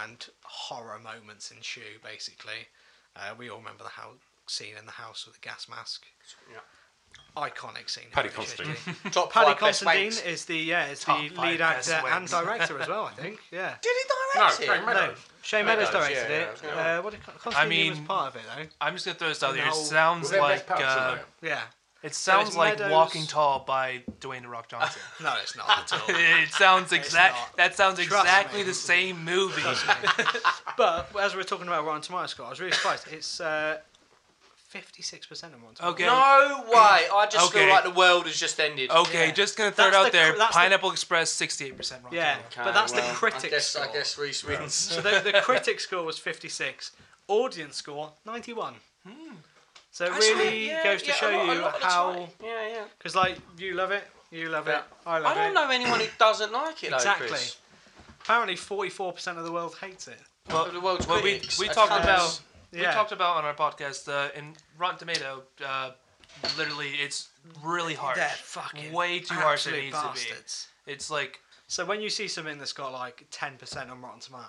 And horror moments ensue, basically. Uh, we all remember the house scene in the house with the gas mask.
Yeah.
Iconic scene.
Paddy
really, should
Considine.
you?
Top
Paddy
five best
Considine
wanks.
is the yeah, is
Top
the
five
lead
best
actor and
wanks.
director as well, I think. Yeah.
Did he
No,
direct it?
Shane Meadows. No, Shane Meadows directed it. Uh, what did Con-
I
Considine was
mean,
part of it though.
I'm just gonna throw this out there.
No.
It sounds
Well, they're
like
both parts,
uh,
aren't they? Yeah.
It
So it's
sounds like
Meadows-
Walking Tall by Dwayne the Rock Johnson.
no, it's not at all.
it sounds
It's
exact.
not.
That sounds
Trust
exactly
me.
the same movie.
But as we we're talking about Rotten Tomatoes score, I was really surprised. It's uh, 56% on Rotten Tomatoes.
Okay.
No way! I just
Okay.
feel like the world has just ended.
Okay, just gonna throw
That's
it
the
out there.
cr- that's the-
Pineapple Express, sixty-eight percent wrong.
Yeah, but that's
well,
the
I
critic
guess-
score.
I guess Reese wins.
So the, the critic score was 56. Audience score, 91. So it
That's right,
really
yeah,
goes to
yeah, a
show
lot- a
you
lot of the
how...
time. Yeah, yeah.
Because, like, you love it, you love it, I love
I don't
it.
know anyone who doesn't like it.
Exactly.
Though, Chris.
Apparently 44% of the world hates it.
Well,
the world's
well, we
critics
we
are
talked
cunts.
about we
Yeah.
talked about on our podcast uh, in Rotten Tomato. Uh, literally, it's really harsh.
They're fucking
way too harsh. It
absolute
needs
bastards.
to be. It's like
So when you see something that's got like 10% on Rotten Tomato,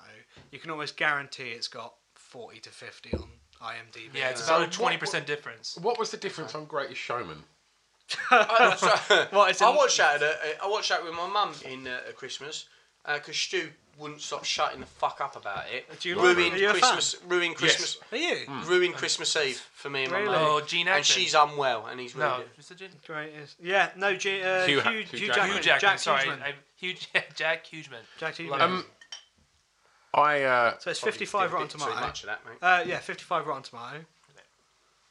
you can almost guarantee it's got 40 to 50 on IMDb.
yeah, it's
So-
about a twenty percent difference.
Um, What was the difference on Greatest Showman?
What, it's
I
in-
watched that. At a, I watched that with my mum in uh, at Christmas because Stu wouldn't stop shutting the fuck up about it.
Do you
ruined
like it? Are you a
Christmas? Ruined Christmas.
Are you?
Ruined Christmas Eve for me and my
Really?
mum.
Oh, Gene
and
Hackman.
she's unwell, and he's
No,
ruined it.
is it Jin-
Greatest. Yeah, no, G, uh,
Hugh
Hugh,
Ha-
Hugh,
Hugh
Jackman.
Hugh Jackman.
Jack
sorry,
Hughesman.
I, Hugh Jack Hugeman.
Jack Hugeman.
Um, I uh,
so it's
Probably
55
did a
Rotten
bit too
Tomato.
much of that, mate.
Uh, yeah, 55 Rotten Tomato.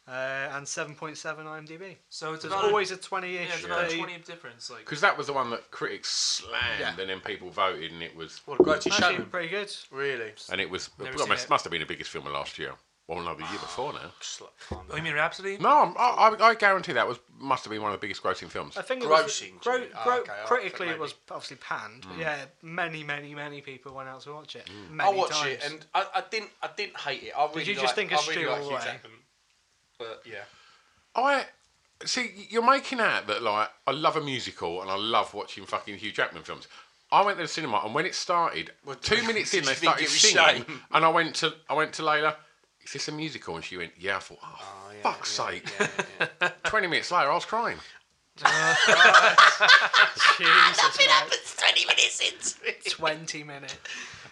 Uh, and 7.7 IMDb.
So it's
There's
about
always
a,
a 20 ish.
yeah, it's about a twenty difference. Like
Because that was the one that critics slammed,
Yeah.
and then people voted, and it was
What a great
Actually,
showman.
pretty good.
Really.
and it was
Never
well,
seen
must,
it.
must have been the biggest film of last year. Well, no, the year before now.
Bohemian Oh, Rhapsody.
No, I'm, I, I I guarantee that was must have been one of the biggest grossing films.
I think it
Grossing,
was gro-
Jimmy. Ah,
gro-
okay, I
critically
think
it was obviously panned. But yeah, many, many, many people went out to watch it.
I
Many
watched
times.
it, and I, I didn't. I didn't hate it. I really
you just
liked-
think
I
it's
really
Stu
liked
all
Hugh
the way?
Jackman. But yeah.
I see you're making out that like I love a musical and I love watching fucking Hugh Jackman films. I went to the cinema and when it started, two minutes in
did
they
you think
started
it was
singing,
shame?
and I went to I went to Layla. Is this a musical? And she went, Yeah. I thought, Oh, fuck's sake! Twenty minutes later, I was crying.
Jesus, been up 20 minutes into 20 minutes.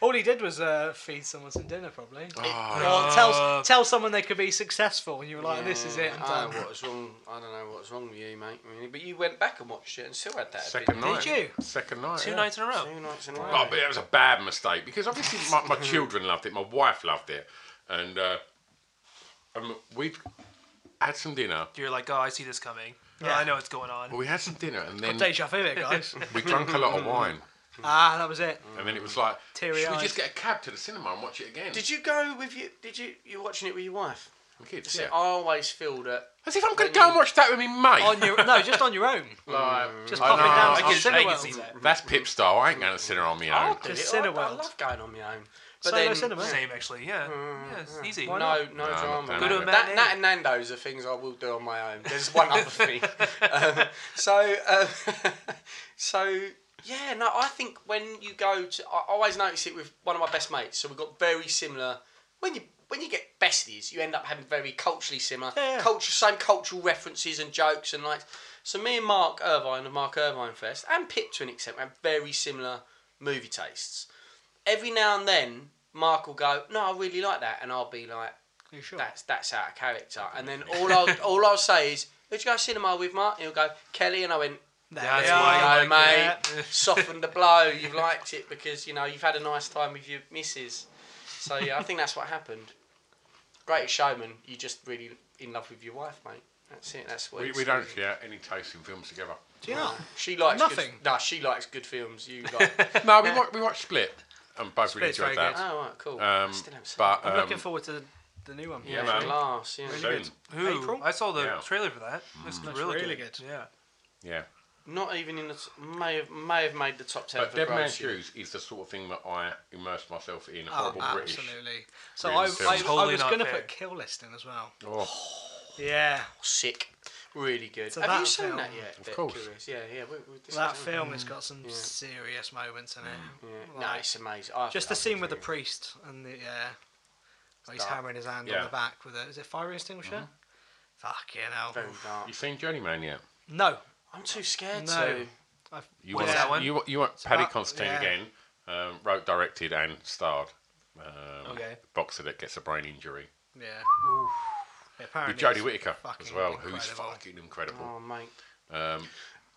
All he did was uh, feed someone some dinner, probably. or
Uh,
tell, tell someone they could be successful, and you were like, this is it, I'm
I don't
done.
know what's wrong. I don't know what's wrong with you, mate. Really. But you went back and watched it and still had that.
Second
opinion.
night.
you?
Second night.
Two
yeah.
nights in a row.
Two nights in a
Oh,
row.
but that was a bad mistake because obviously my, my children loved it, my wife loved it, and uh, um, we had some dinner.
You're like, oh, I see this coming. Oh,
Yeah.
I know what's going on.
Well, we had some dinner and then
Deja vu it, guys.
we drank a lot of wine,
ah, that was it.
and then it was like, should we
Teary-eyed.
just get a cab to the cinema and watch it again?
Did you go with you? Did you? You watching it with your wife?
My kids,
See,
yeah.
I always feel that.
As if I'm going to go and watch that with me mate.
On your, no, just on your own.
Like,
Just
I
popping
know,
down
I
to
can-
I can
Cineworld.
see that.
That's Pip style. I ain't going to cinema on my own.
I'll do it. I, I
Cineworld.
love going on my own. But
Solo
then,
cinema.
Same actually, yeah. yeah, it's easy.
No, no, drama.
not
Go to a
that,
matinee.
that and Nando's are things I will do on my own. There's one other thing. Um, so, um, so yeah, no, I think when you go to, I always notice it with one of my best mates. So we've got very similar. When you when you get besties, you end up having very culturally similar,
Yeah, yeah.
culture, same cultural references and jokes and like. So me and Mark Irvine of Mark Irvine Fest and Pip to an extent we have very similar movie tastes. Every now and then, Mark will go, "No, I really like that," and I'll be like,
Are you sure?
that's that's out of character. And then all I'll all I'll say is, "Did you go to cinema with Mark?" He'll go, "Kelly," and I went,
There
That's
we
"There
why
are.
I
you go, mate.
like that."
Soften the blow. You've liked it because you know you've had a nice time with your missus." So yeah, I think that's what happened. Greatest Showman, you just really in love with your wife, mate. That's it. That's what
We,
it's-
we don't share any taste in films together.
Do you know?
She likes
Nothing.
Good, nah, she likes good films. You like.
No, we watched, we watched Split, and both really
Split's
enjoyed
very
that.
oh, right, cool.
Um,
Still haven't seen it.
but
I'm
um,
looking forward to the new one.
Yeah, Yeah, man. man. Last, yeah.
Really
Soon.
good.
Ooh,
April?
I saw the
Yeah.
trailer for that.
Mm.
Looks
Looks
really,
really
good.
good.
Yeah.
Yeah.
Not even in the t- may have may have made the top ten.
But
for
Dead Man's
gross, yeah.
Shoes is the sort of thing that I immerse myself in.
Oh,
Horrible British.
absolutely. So
Really
I,
film.
I, I was going to put Kill List in as well.
Oh.
Yeah.
Sick. Really good.
So
Have you
that
seen
film-
that yet?
Of
Bit
course.
Curious? Yeah, yeah. We, we discussed
that
it.
film has
Mm.
got some
Yeah.
serious moments in it.
Yeah. No, it's amazing. I
just the
love
scene with the priest and the yeah, where he's
dark.
hammering his hand
Yeah. Mm-hmm.
on the back with a is it fire extinguisher? Fucking hell!
You seen Journeyman yet?
No,
I'm too scared
no.
to.
I've-
You want you you want
It's
Paddy
about-
Constantine
yeah.
again? Um, wrote, directed, and starred. Um,
Okay.
Boxer that gets a brain injury.
Yeah. Yeah, apparently
With Jodie
it's
Whittaker as
fucking
well, who's
incredible.
fucking incredible.
Oh, mate.
Um,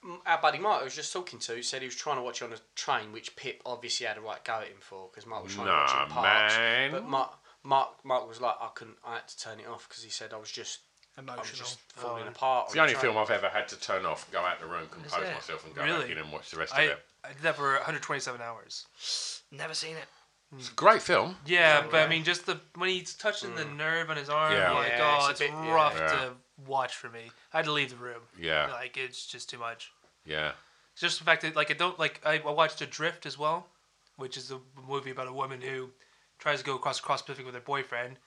M- Our buddy Mark, I was just talking to, said he was trying to watch it on a train, which Pip obviously had a right go at him for because Mark was trying to watch it in
Nah,
parts.
man.
But Mark, Mark, Mark was like, I couldn't. I had to turn it off because he said I was just I was
Emotional.
just falling
Oh.
apart.
it's
on
the only
train.
film I've ever had to turn off, go out the room, compose
it?
myself, and go back
Really?
in and watch the rest
I,
of it.
I did that for 127 hours.
Never seen it.
It's a great film.
Yeah,
Yeah.
but I mean, just the when he's touching the nerve on his arm,
Yeah.
like
Yeah,
oh, it's,
it's a bit- yeah.
rough
Yeah.
to watch for me. I had to leave the room.
Yeah.
like it's just too much.
Yeah.
Just the fact that like I don't like I, I watched Adrift as well, which is a movie about a woman who tries to go across the cross Pacific with her boyfriend,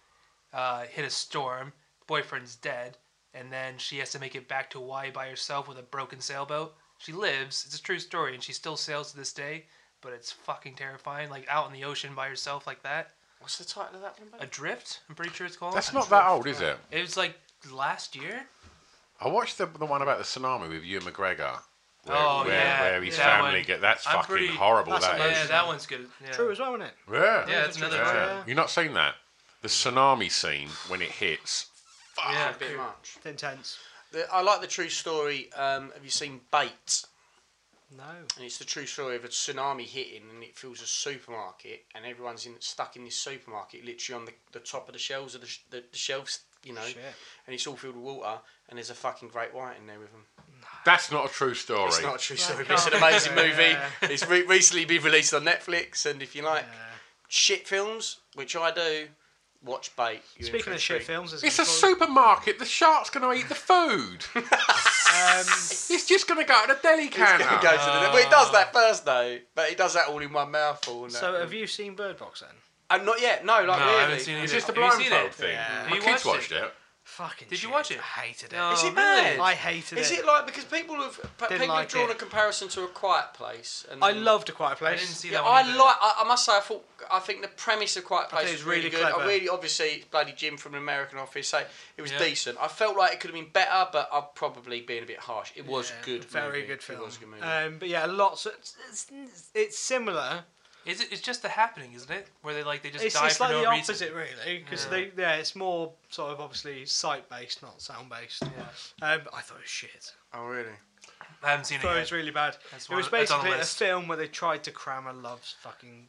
uh, hit a storm, boyfriend's dead, and then she has to make it back to Hawaii by herself with a broken sailboat. She lives. It's a true story, and she still sails to this day. But it's fucking terrifying, like out in the ocean by herself like that.
What's the title of that one? mate?
Adrift, I'm pretty sure it's called.
That's not that old, is it?
It was like last year.
I watched the, the one about the tsunami with Ewan McGregor. Where,
Oh,
where,
yeah.
where his
Yeah.
family
That
get
one.
that's
I'm
fucking
pretty-
horrible.
that's
that
amazing.
is.
Yeah, that one's good. Yeah.
True as well, isn't it?
Yeah,
Yeah, it's another
Yeah.
one.
You've not seen that? The tsunami scene when it hits.
yeah, a bit much.
intense.
The, I like the true story. Um, have you seen Bait?
No.
And it's the true story of a tsunami hitting, and it fills a supermarket, and everyone's in, stuck in this supermarket, literally on the, the top of the shelves of the, sh- the, the shelves, you know,
Shit.
and it's all filled with water, and there's a fucking great white in there with them.
That's not a true story.
It's not a true story, but it's an amazing movie. It's re- recently been released on Netflix, and if you like shit films, which I do, watch Bait. You're in for
Speaking
a
of shit
treat.
films,
It's a supermarket. The shark's going to eat the food.
um,
it's just going to go to the deli
It's
counter.
gonna go to the- Well, he does that first though, but he does that all in one mouthful. And
Ah. So
that.
have you seen Bird Box then?
And not yet. No, like
No, I
really.
haven't seen it Is this either. the Have you seen blindfold it? thing? Yeah. Have
My
you watched
kids watched
it?
it.
Fucking.
Did you watch it? Oh,
I hated it.
Is it bad?
I hated
Oh, Is
it.
it like because people have pe-
Didn't
people
like
have drawn
it.
a comparison to a quiet place? And
I loved A Quiet Place.
Yeah, I like. I, I must say, I thought. I think the premise of Quiet Place
think
was
it's
really,
really
good. I
clever.
really, obviously, it's bloody Jim from an American Office. So it was
Yeah.
decent. I felt like it could have been better, but I'm probably being a bit harsh. It was
Yeah,
good.
Very
movie.
good film.
It was a good movie.
Um, but yeah, lots. Of, it's, it's, it's similar.
Is it? It's just the happening, isn't it? Where they like they just
it's
die
it's
for
like
no
the
reason.
opposite, really, because
Yeah.
they yeah, it's more sort of obviously sight based, not sound based. Yeah. Um, but I thought it was shit.
Oh really?
I haven't seen
thought
it.
it was really bad.
That's
it was
one- that's on the
basically a
list.
film where they tried to cram a love's fucking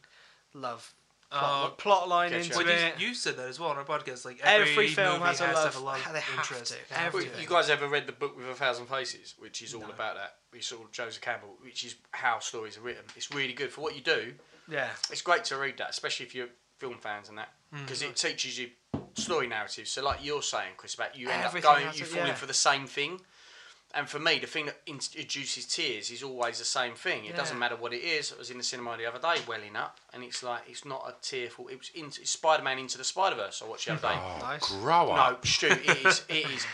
love
Uh,
plot, plot line into
well,
it.
You, you said that as well on our podcast. Like every,
Every film
movie
has a
to
love- Ah,
have a love
they have
interest.
to. Every-
You guys ever read the book with a thousand faces, which is all about that? We saw Joseph Campbell, which is how stories are written. It's really good for what you do.
Yeah.
it's great to read that, especially if you're film fans and that,
Mm.
because it teaches you story narratives. So, like you're saying, Chris, about you end
Everything
up going,
has
you
it,
falling
yeah.
for the same thing. And for me, the thing that introduces tears is always the same thing. It doesn't
Yeah.
matter what it is. I was in the cinema the other day, welling up, and it's like it's not a tearful. It was in, it's Spider-Man Into the Spider-Verse. I watched the other day.
Oh, Nice. grow up.
No, Stu, it is it is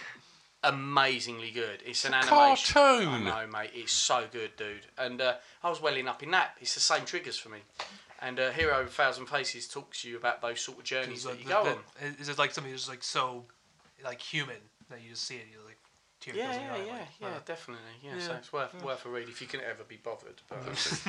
amazingly good. It's, an
a
animation.
cartoon.
I know, mate. It's so good, dude. And uh, I was welling up in that. It's the same triggers for me. And uh, Hero of a Thousand Faces talks to you about those sort of journeys that you go on.
Is it like something that's like so, like human that you just see it, you're like tear
Yeah,
fills in your
yeah,
eye,
yeah,
like,
yeah,
wow.
definitely. Yeah, so
Yeah.
it's worth
Yeah.
worth a read if you can ever be bothered. But,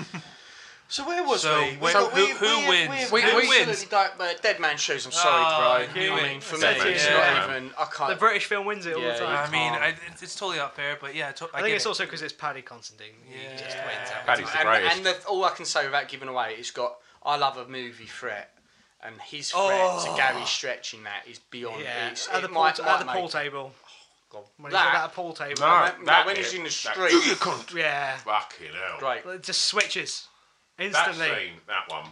so where was
So
we?
where-
So
who- who wins?
We,
Who
absolutely
wins?
don't- but Dead Man Shoes. I'm sorry,
Oh,
bro.
you
I mean,
win.
for me,
That's it,
it's
yeah.
not even. I can't.
The British film wins it all
Yeah,
the time.
I mean, I, it's, it's totally not fair, but yeah, to, I,
I, think
get
it's
it.
also because it's Paddy Constantine. He just wins every
Paddy's
time.
the greatest.
And the, all I can say without giving away, it's got I love a movie threat, and his threat
Oh.
to Gary stretching that is beyond.
Yeah,
It's,
at
it
the pool,
might-
t-
might
at the
make-
pool table.
God.
When he's
That-
at that pool table.
No, No, that when bit. he's in the That- street. You
cunt.
Yeah.
Fucking hell.
Great.
It just switches
That
instantly.
scene, that one.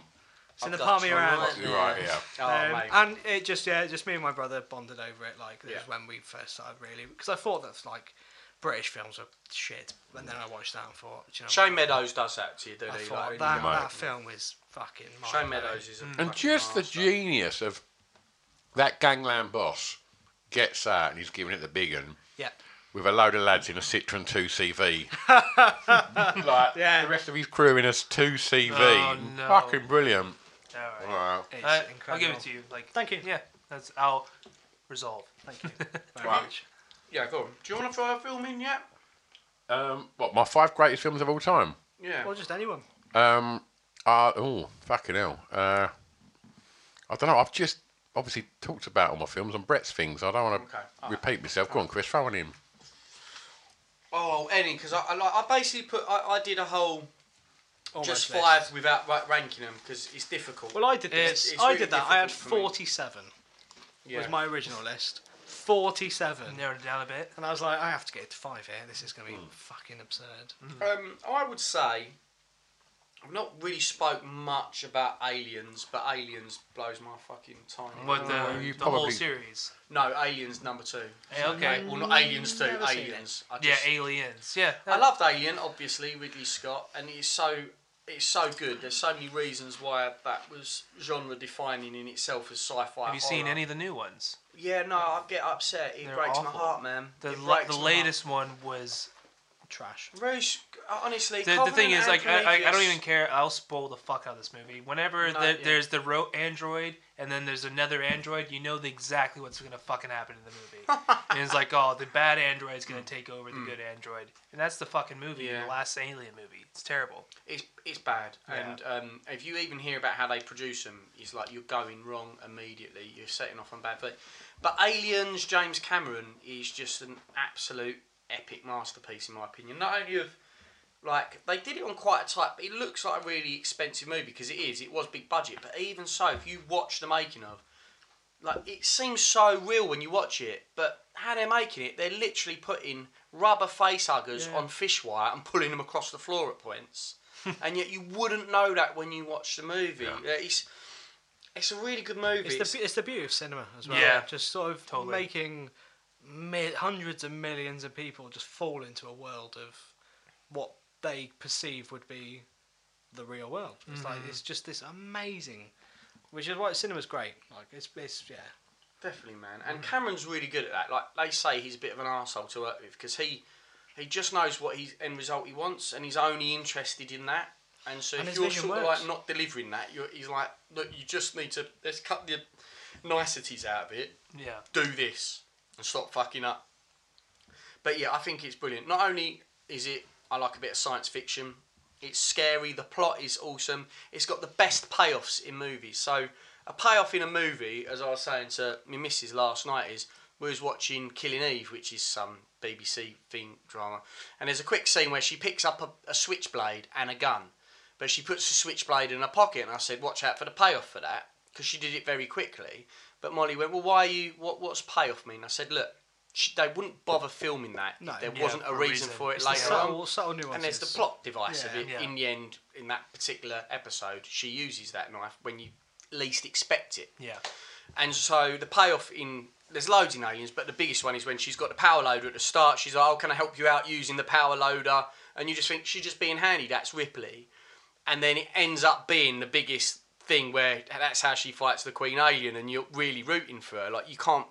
It's
I've
in the
got
palm of
you
your hand.
right there. Right, yeah. Oh,
Um,
mate.
and it just yeah, just me and my brother bonded over it. Like it
Yeah.
was when we first started really, because I thought that's like British films are shit, and then I watched that and thought, do you know,
Shane
what?
Meadows does that to you, doesn't
I
he?
thought
Like,
that,
Right.
that film is fucking.
Shane
mind-blowing.
Meadows is a
Mm.
And just the genius of that gangland boss gets out and he's giving it the big un
Yeah.
with a load of lads in a Citroen 2CV.
like
The rest of his crew in a 2CV.
Oh, no.
Fucking brilliant.
Alright.
Wow.
I, I'll give it to you. Like,
thank you.
Yeah, that's I'll resolve. Thank you. Very
Right.
much.
Yeah, go on. Do you want to throw a film in yet?
Um, what, my five greatest films of all time?
Yeah.
Or just anyone.
Um, uh, oh, fucking hell. Uh, I don't know. I've just obviously talked about all my films and Brett's things. I don't want to
Okay, all
repeat myself. Go on, Chris, throw one in.
Oh, any because I, I like I basically put I, I did a whole
Almost
just
list.
five without ra- ranking them because it's difficult.
Well, I did this.
It's- it's
I
really
did that. I had
difficult for me.
forty-seven.
Yeah.
Was my original list forty-seven?
Narrowed it down a bit,
and I was like, I have to get it to five here. This is going to be
Hmm.
fucking absurd.
Mm.
Um, I would say I've not really spoke much about Aliens, but Aliens blows my fucking tiny.
What, the- Oh, you the whole probably- series?
No, Aliens number two.
Eh, okay.
Well, not Aliens two.
Never seen
Aliens.
it. Yeah, Aliens. Yeah.
I loved Alien, obviously, Ridley Scott, and it's so it's so good. There's so many reasons why that was genre defining in itself as sci-fi.
Have you seen
horror.
any of the new ones?
Yeah, no, I get upset. It
They're
breaks my
awful.
heart, man.
The,
It
la-
breaks
the
my
latest one was
trash.
heart. Very s- honestly,
The, the thing
Covenant
is,
and
like, I, I, I don't
Prometheus-
even care. I'll spoil the fuck out of this movie. Whenever
No,
the,
yeah.
there's the ro- android and then there's another android, you know the- exactly what's gonna fucking happen in the movie. and it's like, oh, the bad android's gonna take over the
Mm.
good android, and that's the fucking movie. in
Yeah.
The last Alien movie. It's terrible.
It's it's bad,
Yeah.
and um, if you even hear about how they produce them, it's like you're going wrong immediately. You're setting off on bad foot. But Aliens, James Cameron is just an absolute epic masterpiece in my opinion. Not only of like they did it on quite a tight, but it looks like a really expensive movie because it is. It was big budget, but even so, if you watch the making of, like it seems so real when you watch it, but how they're making it, they're literally putting rubber face huggers
Yeah.
on fish wire and pulling them across the floor at points, and yet you wouldn't know that when you watch the movie. Uh, It's it's a really good movie.
It's the, it's the beauty of cinema as well.
Yeah.
Just sort of
Totally.
making mi- hundreds of millions of people just fall into a world of what they perceive would be the real world. It's like
Mm-hmm.
Mhm.
it's just this amazing, which is why cinema's great. Like it's it's yeah.
Definitely, man. And Cameron's really good at that. Like they say, he's a bit of an arsehole to work with because he he just knows what his end result he wants, and he's only interested in that. And so
And
if
his
you're
vision
sort
works.
of like not delivering that, you're, he's like, look, you just need to let's cut the niceties out of it.
Yeah.
Do this and stop fucking up. But yeah, I think it's brilliant. Not only is it, I like a bit of science fiction. It's scary. The plot is awesome. It's got the best payoffs in movies. So a payoff in a movie, as I was saying to my missus last night, is we was watching Killing Eve, which is some BBC theme drama, and there's a quick scene where she picks up a, a switchblade and a gun, but she puts the switchblade in her pocket, and I said, "Watch out for the payoff for that," because she did it very quickly. But Molly went, "Well, why are you? What what's payoff mean?" I said, "Look." She, they wouldn't bother filming that if there
yeah,
wasn't a
for a
reason,
reason.
for it
It's the
later
subtle-
on.
subtle
And there's the
nuances.
plot device of
Yeah.
it
Yeah.
in the end in that particular episode. She uses that knife when you least expect it.
Yeah.
And so the payoff in there's loads in aliens, but the biggest one is when she's got the power loader at the start. She's like, "Oh, can I help you out using the power loader?" And you just think she's just being handy. That's Ripley, and then it ends up being the biggest thing where that's how she fights the Queen Alien, and you're really rooting for her. Like you can't.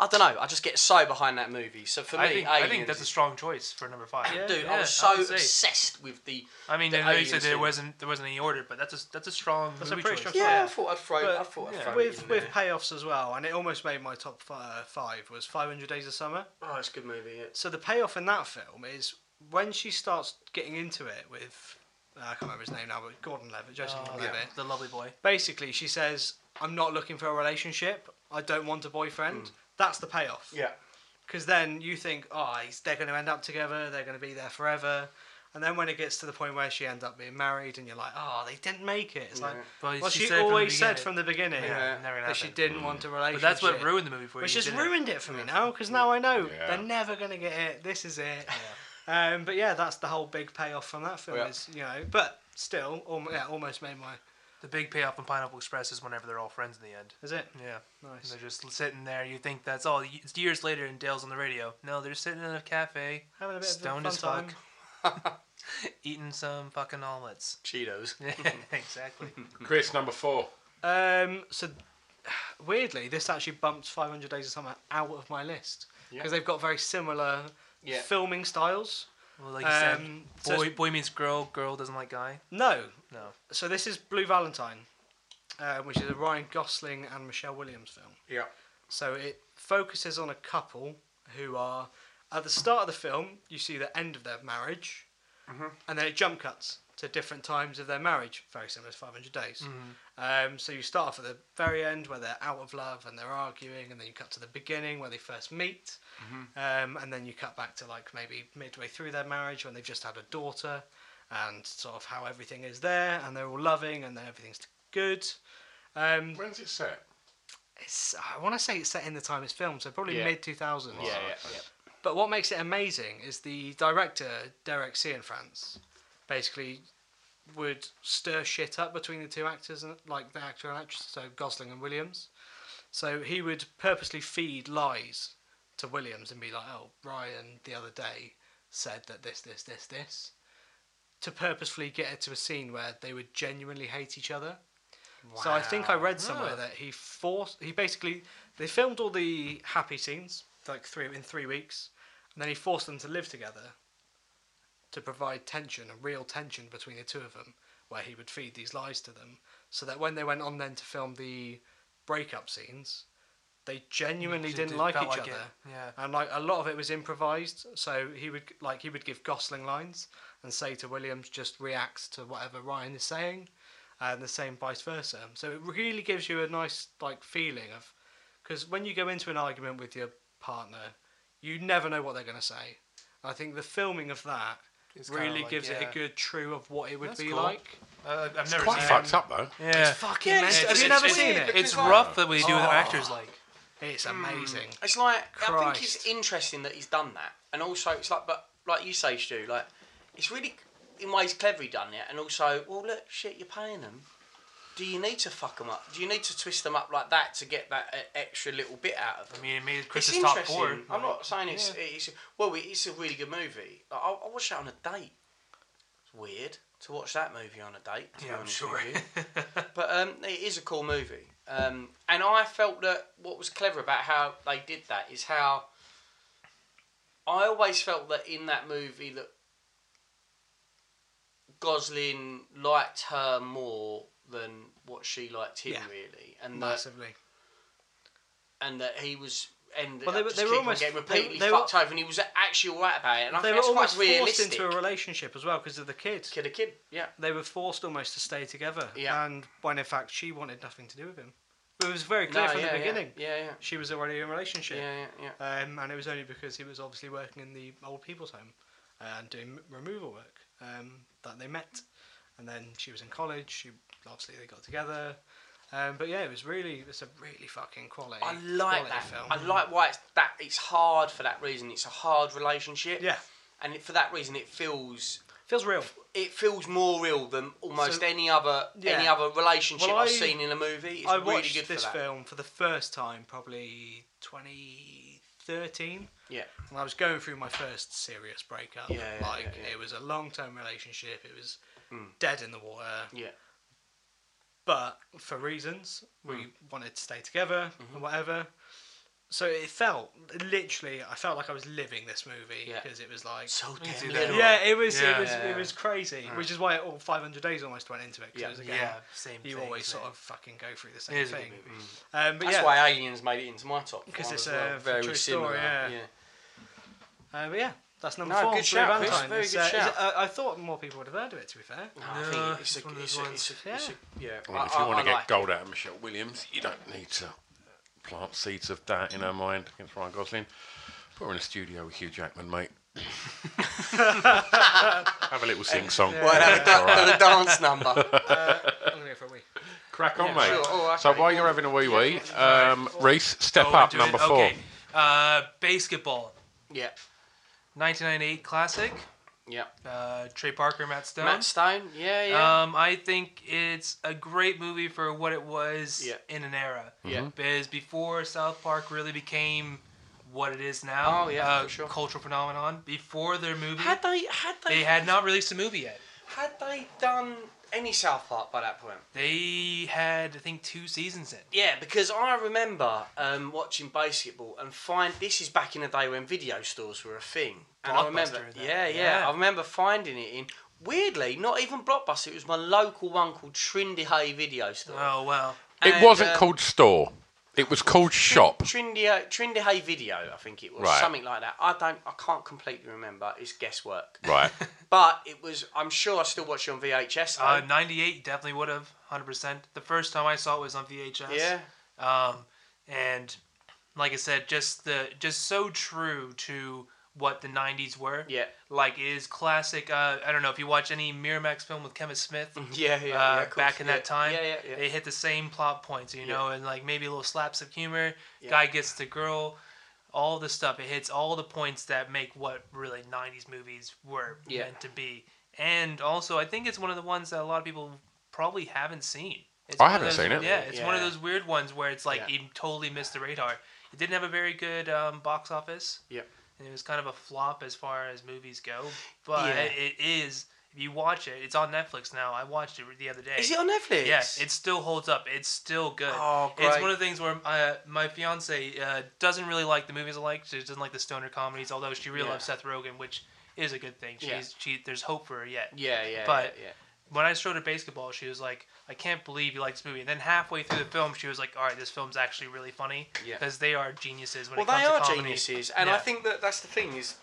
I don't know. I just get so behind that movie. So for me,
I think,
aliens,
I think that's a strong choice for number five.
dude,
Yeah,
I was so
would say.
obsessed with the.
I mean,
the
I know you
Aliens
said there
thing.
wasn't there wasn't any order, but that's a that's a strong
That's a
movie
pretty
choice.
strong Yeah, I choice.
thought I'd throw.
But
I thought I'd
yeah,
throw. it
with
in
with
there.
payoffs as well, and it almost made my top fi- uh, five was Five Hundred Days of Summer.
Oh, it's a good movie. Yeah.
So the payoff in that film is when she starts getting into it with uh, I can't remember his name now, but Gordon Levitt, Joseph
Oh,
Gordon
yeah.
Levitt.
The lovely boy.
Basically, she says, "I'm not looking for a relationship. I don't want a boyfriend."
Hmm.
That's the payoff.
Yeah.
Because then you think, "Oh, he's, they're going to end up together. They're going to be there forever." And then when it gets to the point where she ends up being married, and you're like, "Oh, they didn't make it." It's like,
Yeah.
well,
But
she,
she said from the
always said
beginning-
from the beginning
Yeah, never gonna
that she
happen.
didn't want a relationship.
Mm. But that's what ruined the movie for you,
Which has
didn't it?
ruined it for me now, because now I know they're never going to get it. This is it. Um, but yeah, that's the whole big payoff from that film
Yeah.
is you know, but still, almost, yeah, almost made my
The big payoff in Pineapple Express is whenever they're all friends in the end.
Is it?
Yeah. And
Nice.
they're just sitting there. You think that's all. It's years later, and Dale's on the radio. No, they're sitting in a cafe,
Having a bit of a
stoned
fun
as fuck, eating some fucking omelets.
Cheetos.
exactly.
Chris, number four.
Um, so weirdly, this actually bumped 500 Days of Summer out of my list
Yeah.
because they've got very similar
Yeah.
filming styles. Um,
Well, like you said,
so
boy,
it's-
boy meets girl, girl doesn't like guy.
no.
No.
So this is Blue Valentine, uh, which is a Ryan Gosling and Michelle Williams film.
Yeah.
So it focuses on a couple who are at the start of the film. You see the end of their marriage, and then it jump cuts to different times of their marriage. Very similar to 500 Days. Um, so you start off at the very end where they're out of love and they're arguing, and then you cut to the beginning where they first meet, um, and then you cut back to like maybe midway through their marriage when they've just had a daughter, and sort of how everything is there, and they're all loving, and then everything's good. Um,
When's it set?
It's, I want to say it's set in the time it's filmed, so probably
Yeah.
mid 2000s.
Yeah, yeah, yeah.
But what makes it amazing is the director, Derek Cianfrance, basically would stir shit up between the two actors, and like the actor and actress, so Gosling and Williams. So he would purposely feed lies to Williams and be like, oh, Ryan the other day said that this, this, this, this, to purposefully get it to a scene where they would genuinely hate each other. So I think I
Wow.
read somewhere
Oh.
that he forced, he basically, they filmed all the happy scenes, like three, in three weeks, and then he forced them to live together to provide tension, a real tension between the two of them, where he would feed these lies to them, so that when they went on then to film the breakup scenes, they genuinely
It
didn't
did-
like each
felt like
other.
it, yeah.
And like a lot of it was improvised, so he would like he would give Gosling lines and say to Williams, just react to whatever Ryan is saying, and the same vice versa. So it really gives you a nice like feeling of because when you go into an argument with your partner, you never know what they're going to say. I think the filming of that
It's kinda
really
like,
gives it
yeah.
a good true of what it would
That's
be
cool.
like.
Uh, I've
It's
never
quite
seen
fucked
it.
up, though.
Yeah.
It's fucking mental. Have you never seen it?
It's rough that we do with
Oh. Mm.
actors like.
It's amazing.
It's like I think
Christ.
it's interesting that he's done that, and also it's like, but like you say, Stu, like it's really in ways cleverly done it, and also, well, look, shit, you're paying them. Do you need to fuck them up? Do you need to twist them up like that to get that uh, extra little bit out of them?
I mean, it made Chris's
it's
top
interesting.
four.
I'm
like,
not saying it's,
yeah.
it's well, it's a really good movie. Like, I, I watched that on a date. It's weird to watch that movie on a date. To
Yeah,
be
I'm
honest
sure.
With you. but um, it is a cool movie, um, and I felt that what was clever about how they did that is how I always felt that in that movie that Gosling liked her more than what she liked him,
Yeah.
really, and that
Massively.
and that he was and
Well, they were-
just
they were
keep on
almost-
getting repeatedly
they- they
fucked over, and he was actually all right about it. And I
They
think
were
that's
almost
quite
forced
realistic.
into a relationship as well because of the kid.
kid a kid, yeah.
They were forced almost to stay together.
Yeah.
And when in fact she wanted nothing to do with him. It was very clear
No,
from
yeah,
the
yeah,
beginning.
yeah, yeah.
She was already in a relationship.
Yeah, yeah,
Um, and it was only because he was obviously working in the old people's home uh, and doing m- removal work um, that they met. And then she was in college. She obviously they got together. Um, but yeah, it was really it's a really fucking quality.
I like
quality
that.
film.
I like why it's that. It's hard for that reason. It's a hard relationship.
Yeah.
And it, for that reason, it feels
feels real.
It feels more real than almost
So-
any other any
Yeah.
other relationship
Well,
I've
I-
seen in a movie. It's
I
really
watched
good
this
for that.
film for the first time probably 2013.
Yeah.
And I was going through my first serious breakup.
Yeah, yeah,
like
yeah, yeah.
it was a long-term relationship. It was
Mm.
dead in the water.
Yeah.
But for reasons, we
Hmm.
wanted to stay together
Mm-hmm.
and whatever. So it felt literally, I felt like I was living this movie
Yeah.
because it was like
So
Yeah,
damn literal.
Yeah, it was,
Yeah,
it was,
yeah, yeah.
it was crazy.
Mm.
Which is why all 500 days almost went into it. 'cause
Yeah.
it was, again,
Yeah, same
You
thing,
always
isn't
sort
it?
of fucking go through the
It
same
is a good
thing.
movie.
Um, but
That's
yeah.
why Aliens made it into my top
Because
five
it's
as well.
a
very
true
similar.
story, yeah.
yeah.
Uh, but yeah, that's number
No,
four.
good
Blue
shout, Chris.
Valentine.
Very
It's,
good
uh, is
shout.
it- I, I thought more people would have heard of it. To be fair,
No, I think it's, a, it's, a, it's, a, it's a yeah.
Well,
I-
if you
I-
want
I
to get
like it.
gold out of Michelle Williams, you don't need to plant seeds of that in her mind against Ryan Gosling. Put her in a studio with Hugh Jackman, mate. have a little sing song.
Well, have a, da- have a dance number.
I'm gonna go for a wee.
Crack on,
Yeah,
mate.
sure. Oh,
So
okay.
while you're having a wee wee, um, Reese, step
Oh,
Go
up,
into
number
it.
four.
Okay. Uh, basketball.
Yeah.
1998 classic.
Yeah.
Uh, Trey Parker, Matt Stone.
Matt Stone, yeah, yeah.
Um, I think it's a great movie for what it was in an era.
Yeah.
Mm-hmm.
Mhm.
Because before South Park really became what it is now.
Oh, yeah,
uh,
for sure.
Cultural phenomenon. Before their movie,
Had they had Um, they,
they had not released a movie yet.
had they done any South Park by that point?
They had, I think, two seasons in.
Yeah, because I remember um, watching basketball and find this is back in the day when video stores were a thing. And I remember,
Blockbuster, that-
yeah, yeah,
yeah.
I remember finding it in. Weirdly, not even Blockbuster. It was my local one called Trindy Hay Video Store.
Oh wow!
And,
it wasn't
uh,
called store. It was called shop.
Trindia Trindihay Video, I think it was
Right.
something like that. I don't, I can't completely remember. It's guesswork,
Right.
but it was. I'm sure I still watch it on VHS. Though.
Uh, 98 definitely would have, 100%. The first time I saw it was on VHS.
Yeah.
Um, and like I said, just the just so true to what the 90s were.
Yeah.
Like it is classic. Uh, I don't know if you watch any Miramax film with Kevin Smith.
Mm-hmm. Yeah, yeah, yeah,
uh,
of course,
Back in
yeah.
that time.
Yeah, yeah, yeah.
They hit the same plot points, you
Yeah.
know, and like maybe a little slaps of humor.
Yeah.
Guy gets the girl. All the stuff it hits all the points that make what really 90s movies were
Yeah.
meant to be. And also, I think it's one of the ones that a lot of people probably haven't seen. It's
Oh, I
one of
haven't
those-
seen it.
Yeah, it's one of
Yeah.
those weird ones where it's like
Yeah.
you totally missed the radar. It didn't have a very good um, box office.
Yep.
And it was kind of a flop as far as movies go. But
Yeah.
it is, if you watch it, it's on Netflix now. I watched it the other day.
Is it on Netflix?
Yes, it still holds up. It's still good.
Oh,
It's
great.
one of the things where uh, my fiance uh, doesn't really like the movies I like. She doesn't like the stoner comedies, although she really
Yeah.
loves Seth Rogen, which is a good thing. She's
Yeah.
she there's hope for her yet.
Yeah, yeah,
But
yeah, yeah.
when I showed her basketball, she was like, "I can't believe you like this movie." And then halfway through the film, she was like, "All right, this film's actually really funny."
Yeah.
Because they are geniuses when
well,
it comes
they
to
are
comedy.
geniuses, and I
Yeah.
think that that's the thing is,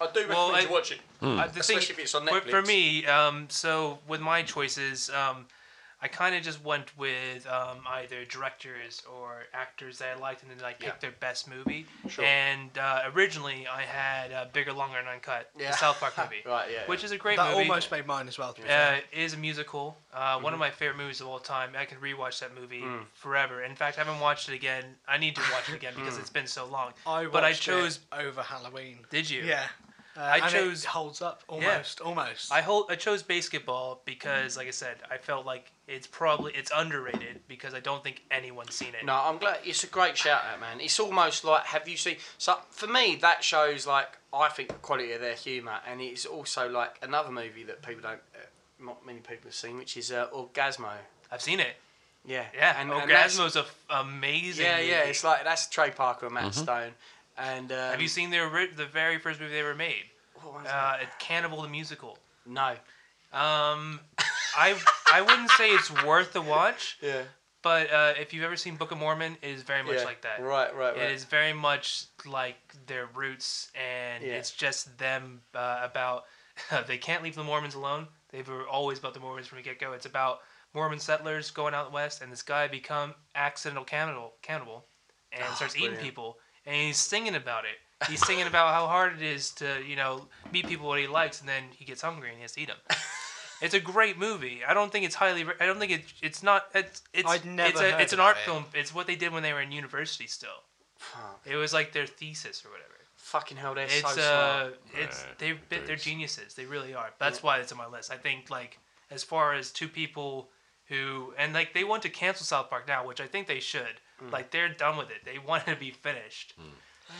I do recommend
Well, I-
you watch it,
Hmm.
Uh, the thing-
especially if it's on
for-
Netflix.
For me, um, so with my choices, um, I kind of just went with um, either directors or actors that I liked, and then I picked
Yeah.
their best movie.
Sure.
And uh, originally, I had uh, Bigger, Longer, and Uncut,
Yeah.
the South Park movie,
Right, yeah,
which
yeah.
is a great
that
movie.
almost made mine as well. To be
Uh,
fair.
it is a musical. Uh,
Mm-hmm.
One of my favorite movies of all time. I can rewatch that movie
Mm.
forever. In fact, I haven't watched it again. I need to watch it again because
Mm.
it's been so long.
I
but I
watched it
chose.
over Halloween.
Did you?
Yeah. Uh,
I
and it
chose-
holds up
Yeah.
almost, almost.
I hold, I chose basketball because, like I said, I felt like it's probably it's underrated because I don't think anyone's seen it.
No, I'm glad. It's a great shout out, man. It's almost like have you seen? So for me, that shows like I think the quality of their humour, and it's also like another movie that people don't, uh, not many people have seen, which is uh, Orgasmo.
I've seen it.
Yeah,
Yeah,
and,
and,
and that's-
Orgasmo's a f- amazing.
yeah, yeah.
movie.
It's like that's Trey Parker and Matt Stone, and um,
Have you seen their ri- the very first movie they ever made?
What one's
Uh, it's Cannibal the musical.
No.
Um, I I wouldn't say it's worth a watch.
Yeah.
But uh, if you've ever seen Book of Mormon, it is very much
Yeah,
like that.
right, right, right.
It is very much like their roots, and
Yeah.
it's just them uh, about they can't leave the Mormons alone. They were always about the Mormons from the get go. It's about Mormon settlers going out west, and this guy become accidental cannibal, cannibal, and
Ah,
starts
brilliant.
eating people, and he's singing about it. He's singing about how hard it is to you know meet people what he likes, and then he gets hungry and he has to eat them. It's a great movie. I don't think it's highly. I don't think it, it's not. It's it's
I'd never
it's, a,
heard
it's an
about
art
it.
film. It's what they did when they were in university. Still,
Fuck.
it was like their thesis or whatever.
Fucking hell, they're
It's
so
uh,
smart.
it's
Right,
they're bi- they're
dudes.
geniuses. They really are. That's why it's on my list. I think like as far as two people who and like they want to cancel South Park now, which I think they should. Like they're done with it. They want it to be finished.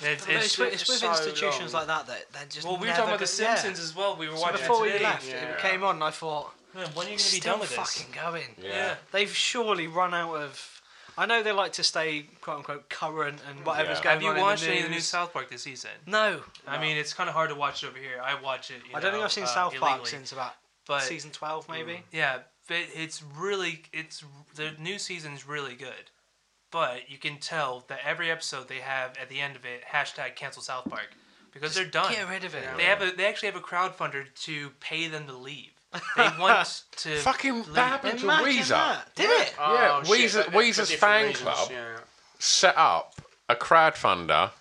It's,
But it's,
it's,
with, it's with
so
institutions
long.
like that that they're just.
well, we were
never
talking about The
go- yeah.
Simpsons as well. We were
So
watching it
before we
today.
left,
Yeah.
it came on. and I thought,
Man, when are you going to be
still
done with this?
fucking going.
yeah.
They've surely run out of. I know they like to stay quote unquote current and whatever's
Yeah.
going
Have you
on. in
watched
the
any of the new
news.
South Park this season?
No,
I mean, it's kind of hard to watch it over here. I watch it. you
I don't think
know,
I've seen
uh,
South Park
illegally.
since about
but Mm.
season twelve, maybe.
yeah, but it's really it's the new season's really good, but you can tell that every episode they have at the end of it hashtag cancel South Park because they're done.
get rid of it.
They have a they actually have a crowdfunder to pay them to leave. They want to
Fucking
leave.
Babbitt to
Imagine
Weezer.
that. Did it?
Yeah,
Oh, shit,
Weezer,
but- but
Weezer's
different
fan
reasons,
club
Yeah.
set up a crowdfunder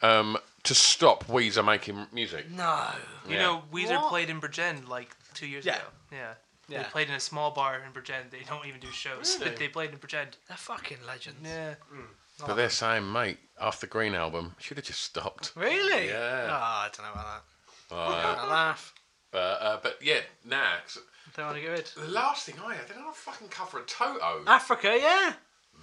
um, to stop Weezer making music.
No.
You
Yeah.
know, Weezer
What?
played in Bridgend like two years
Yeah.
ago. Yeah.
Yeah.
They played in a small bar in Bridgend. They don't even do shows, but they played in Bridgend.
They're fucking legends.
Yeah.
But they're saying, mate, after the Green album, should have just stopped.
Really? Ah,
Yeah.
Oh, I don't know about that.
Uh,
I laugh.
But uh, but yeah, nah. 'cause
They want to get rid.
The last thing I had, they don't have a fucking cover of Toto.
Africa, yeah.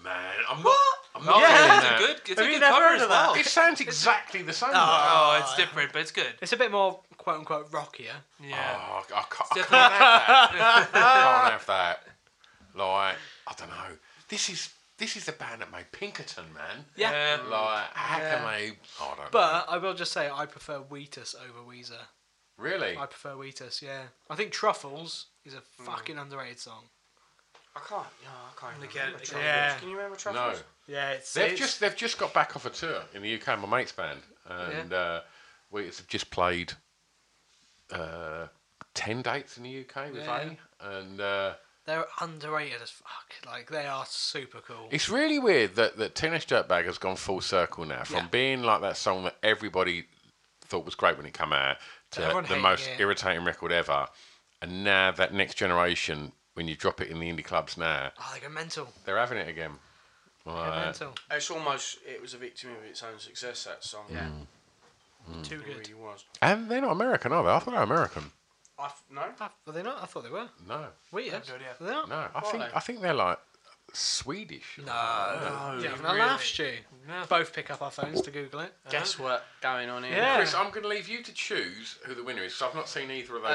Man, I'm not. I'm not
Yeah.
getting
It's a
that.
good- it's a Have you good never cover heard as of that? well.
It sounds exactly the same.
Oh, it's different, but it's good.
It's a bit more quote unquote rockier.
Yeah.
Oh, I can't, I
It's
can't
definitely-
have that. I can't have that. Like, I don't know. This is this is the band that made Pinkerton, man.
Yeah.
Like, how
Yeah.
can they? I don't know.
But I will just say I prefer Wheatus over Weezer.
Really?
I prefer Wheatus, yeah. I think Truffles is a fucking underrated song.
I can't. No, I can't.
Look
remember
at it,
Truffles.
yeah.
Can you remember
No.
Truffles?
Yeah, it's-
they've
it's-
just they've just got back off a tour in the UK. My mate's band and uh, we have just played uh, ten dates in the UK with
Yeah.
A and. Uh,
They're underrated as fuck. Like they are super cool.
It's really weird that, that Teenage Dirtbag has gone full circle now from
Yeah.
being like that song that everybody thought was great when it came out
Yeah,
to
everyone
the
hated
most
it.
irritating record ever. And now that next generation, when you drop it in the indie clubs now,
Oh, they go mental.
they're having it again. Right.
It's almost. It was a victim of its own success. That song. Yeah.
Mm.
Too good.
It really was.
And they're not American, are they? I thought they were American.
I f- no.
Ah, Were they not? I thought they were.
No.
Wheatus. Were they not?
No, I
Were
think
they?
I think they're like Swedish. No,
No. Do you reckon I laugh, Stu? Both pick up our phones to Google it.
Guess what going on here?
Chris, I'm going to leave you to choose who the winner is. 'cause I've not seen either of those.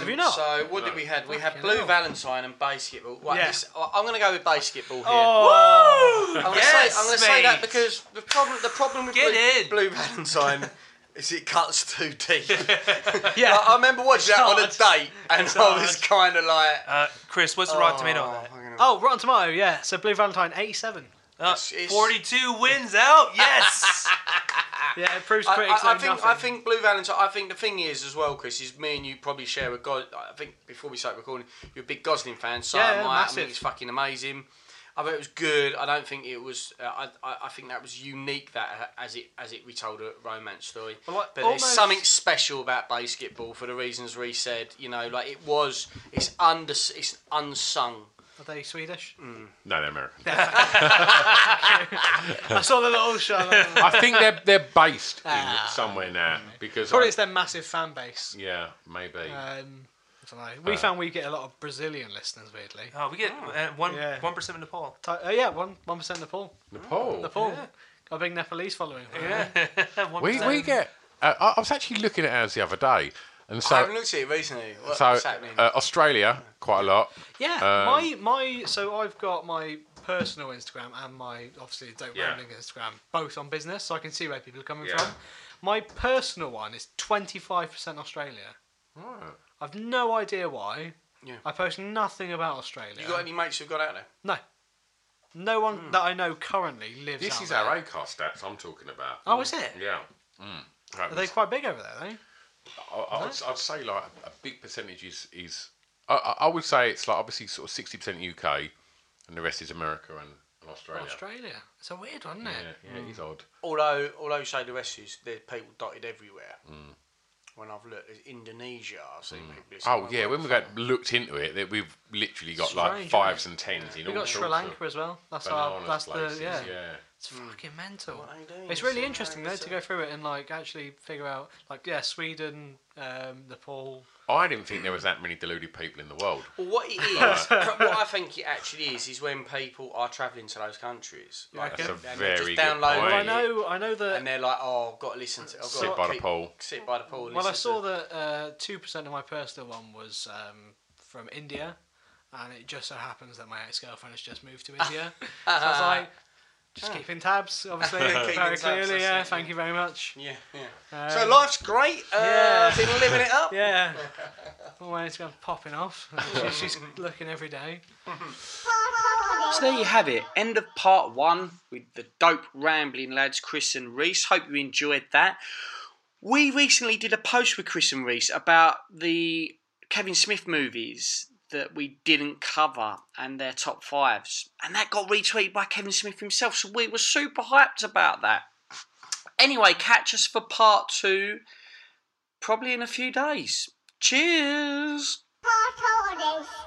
Um,
films.
So what did
No.
we had? We had
Fucking
Blue
hell.
Valentine and Basketball. Right,
Yeah.
this- I- I'm going to go with Basketball here.
Oh,
I'm going
yes,
to say, I'm gonna say that
mate.
because the problem the problem with
Get
Blue, Blue Valentine is it cuts too deep. yeah, I remember watching that on a date and I was kind of like,
uh, Chris, what's the Rotten
Oh,
Tomato on that?
Oh, Rotten Tomato, yeah. So Blue Valentine, 87.
Uh, 42 wins out. Yes.
yeah, it proves
I,
critics
I- I
know
think
nothing.
I think Blue Valentine. I think the thing is as well, Chris, is me and you probably share a god. I think before we start recording, you're a big Gosling fan. So
Yeah,
am
yeah,
I. I
massive.
think it's fucking amazing. I thought it was good. I don't think it was. Uh, I, I I think that was unique. That uh, as it as it retold a romance story.
Well, like,
but
almost-
there's something special about basketball for the reasons Ree said. You know, like it was. It's under. It's unsung.
Are they Swedish?
Hmm.
No, they're American.
I saw the little uh, shot.
I think they're they're based in somewhere now because
Ah. Probably
I-
it's their massive fan base.
yeah maybe
Um, I don't know. We
Uh,
found we get a lot of Brazilian listeners, weirdly.
Oh, we get uh, one
Yeah.
one percent in Nepal.
Ti- Oh, yeah, 1%, 1% Nepal.
Nepal.
Nepal.
Yeah.
Got a big Nepalese following.
Yeah.
we we get. Uh, I I was actually looking at ours the other day, and
I
so
haven't looked at it recently. What-
so
what's happening?
uh, Australia quite a lot.
Yeah,
Um,
my my so I've got my personal Instagram and my obviously Dope
Yeah.
Rambling Instagram both on business, so I can see where people are coming
Yeah.
from. My personal one is twenty five percent Australia.
Right.
I've no idea why.
Yeah.
I post nothing about Australia.
you got any Hmm. mates who've got out there?
No, no one that I know currently lives.
This
out
is
there.
our ACAR stats I'm talking about.
Oh, is it?
Yeah. Mm. Right,
Are they quite big over there though?
I, I- I'd, I'd say like a big percentage is is I- I, I would say it's like obviously sort of sixty percent UK, and the rest is America and, and Australia.
Australia. Hmm. It's a weird one, isn't
Yeah,
it?
yeah, it is odd.
Although, although you say the rest is there's people dotted everywhere. When I've looked, there's Indonesia. I've seen people. it's
Mm. Oh
like,
yeah,
what
when
the
we
fuck?
got looked into it, that we've literally got like
Strange,
fives
isn't
and tens in
We
all
got Sri
sorts
Lanka
of
as well. That's our.
bananas
That's
places,
the yeah.
yeah.
It's fucking mental. It's really interesting though to go through it and like actually figure out like yeah Sweden, um, Nepal.
I didn't think there was that many deluded people in the world.
Well, what it is,
Right.
what I think it actually is, is when people are travelling to those countries.
You
Like,
reckon?
That's a
and they
very
just
good
download
point.
it,
I know, I know that.
And they're like, oh, I've got to listen to. I've got
Sit
to
by the
keep-
pool.
Sit by the pool. And
Well, I
listen
saw
to-
that uh, two percent of my personal one was um, from India, and it just so happens that my ex girlfriend has just moved to India. so I was like, just
Ah.
keeping tabs, obviously,
Keeping
very
Ah. tabs,
clearly.
that's
Yeah,
it.
thank you very much.
Yeah, yeah.
Um,
so life's great. Uh,
yeah.
Been living it up.
Yeah. All my Instagram popping off. She's, she's looking every day.
So there you have it. End of part one with the dope rambling lads, Chris and Reese. Hope you enjoyed that. We recently did a post with Chris and Reese about the Kevin Smith movies that we didn't cover and their top fives. And that got retweeted by Kevin Smith himself, so we were super hyped about that. Anyway, catch us for part two probably in a few days. Cheers!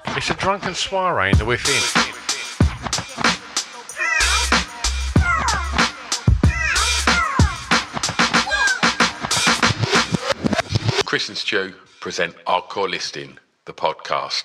It's a drunken soiree in the within.
Chris and Stu
present Our Core Listing, the podcast.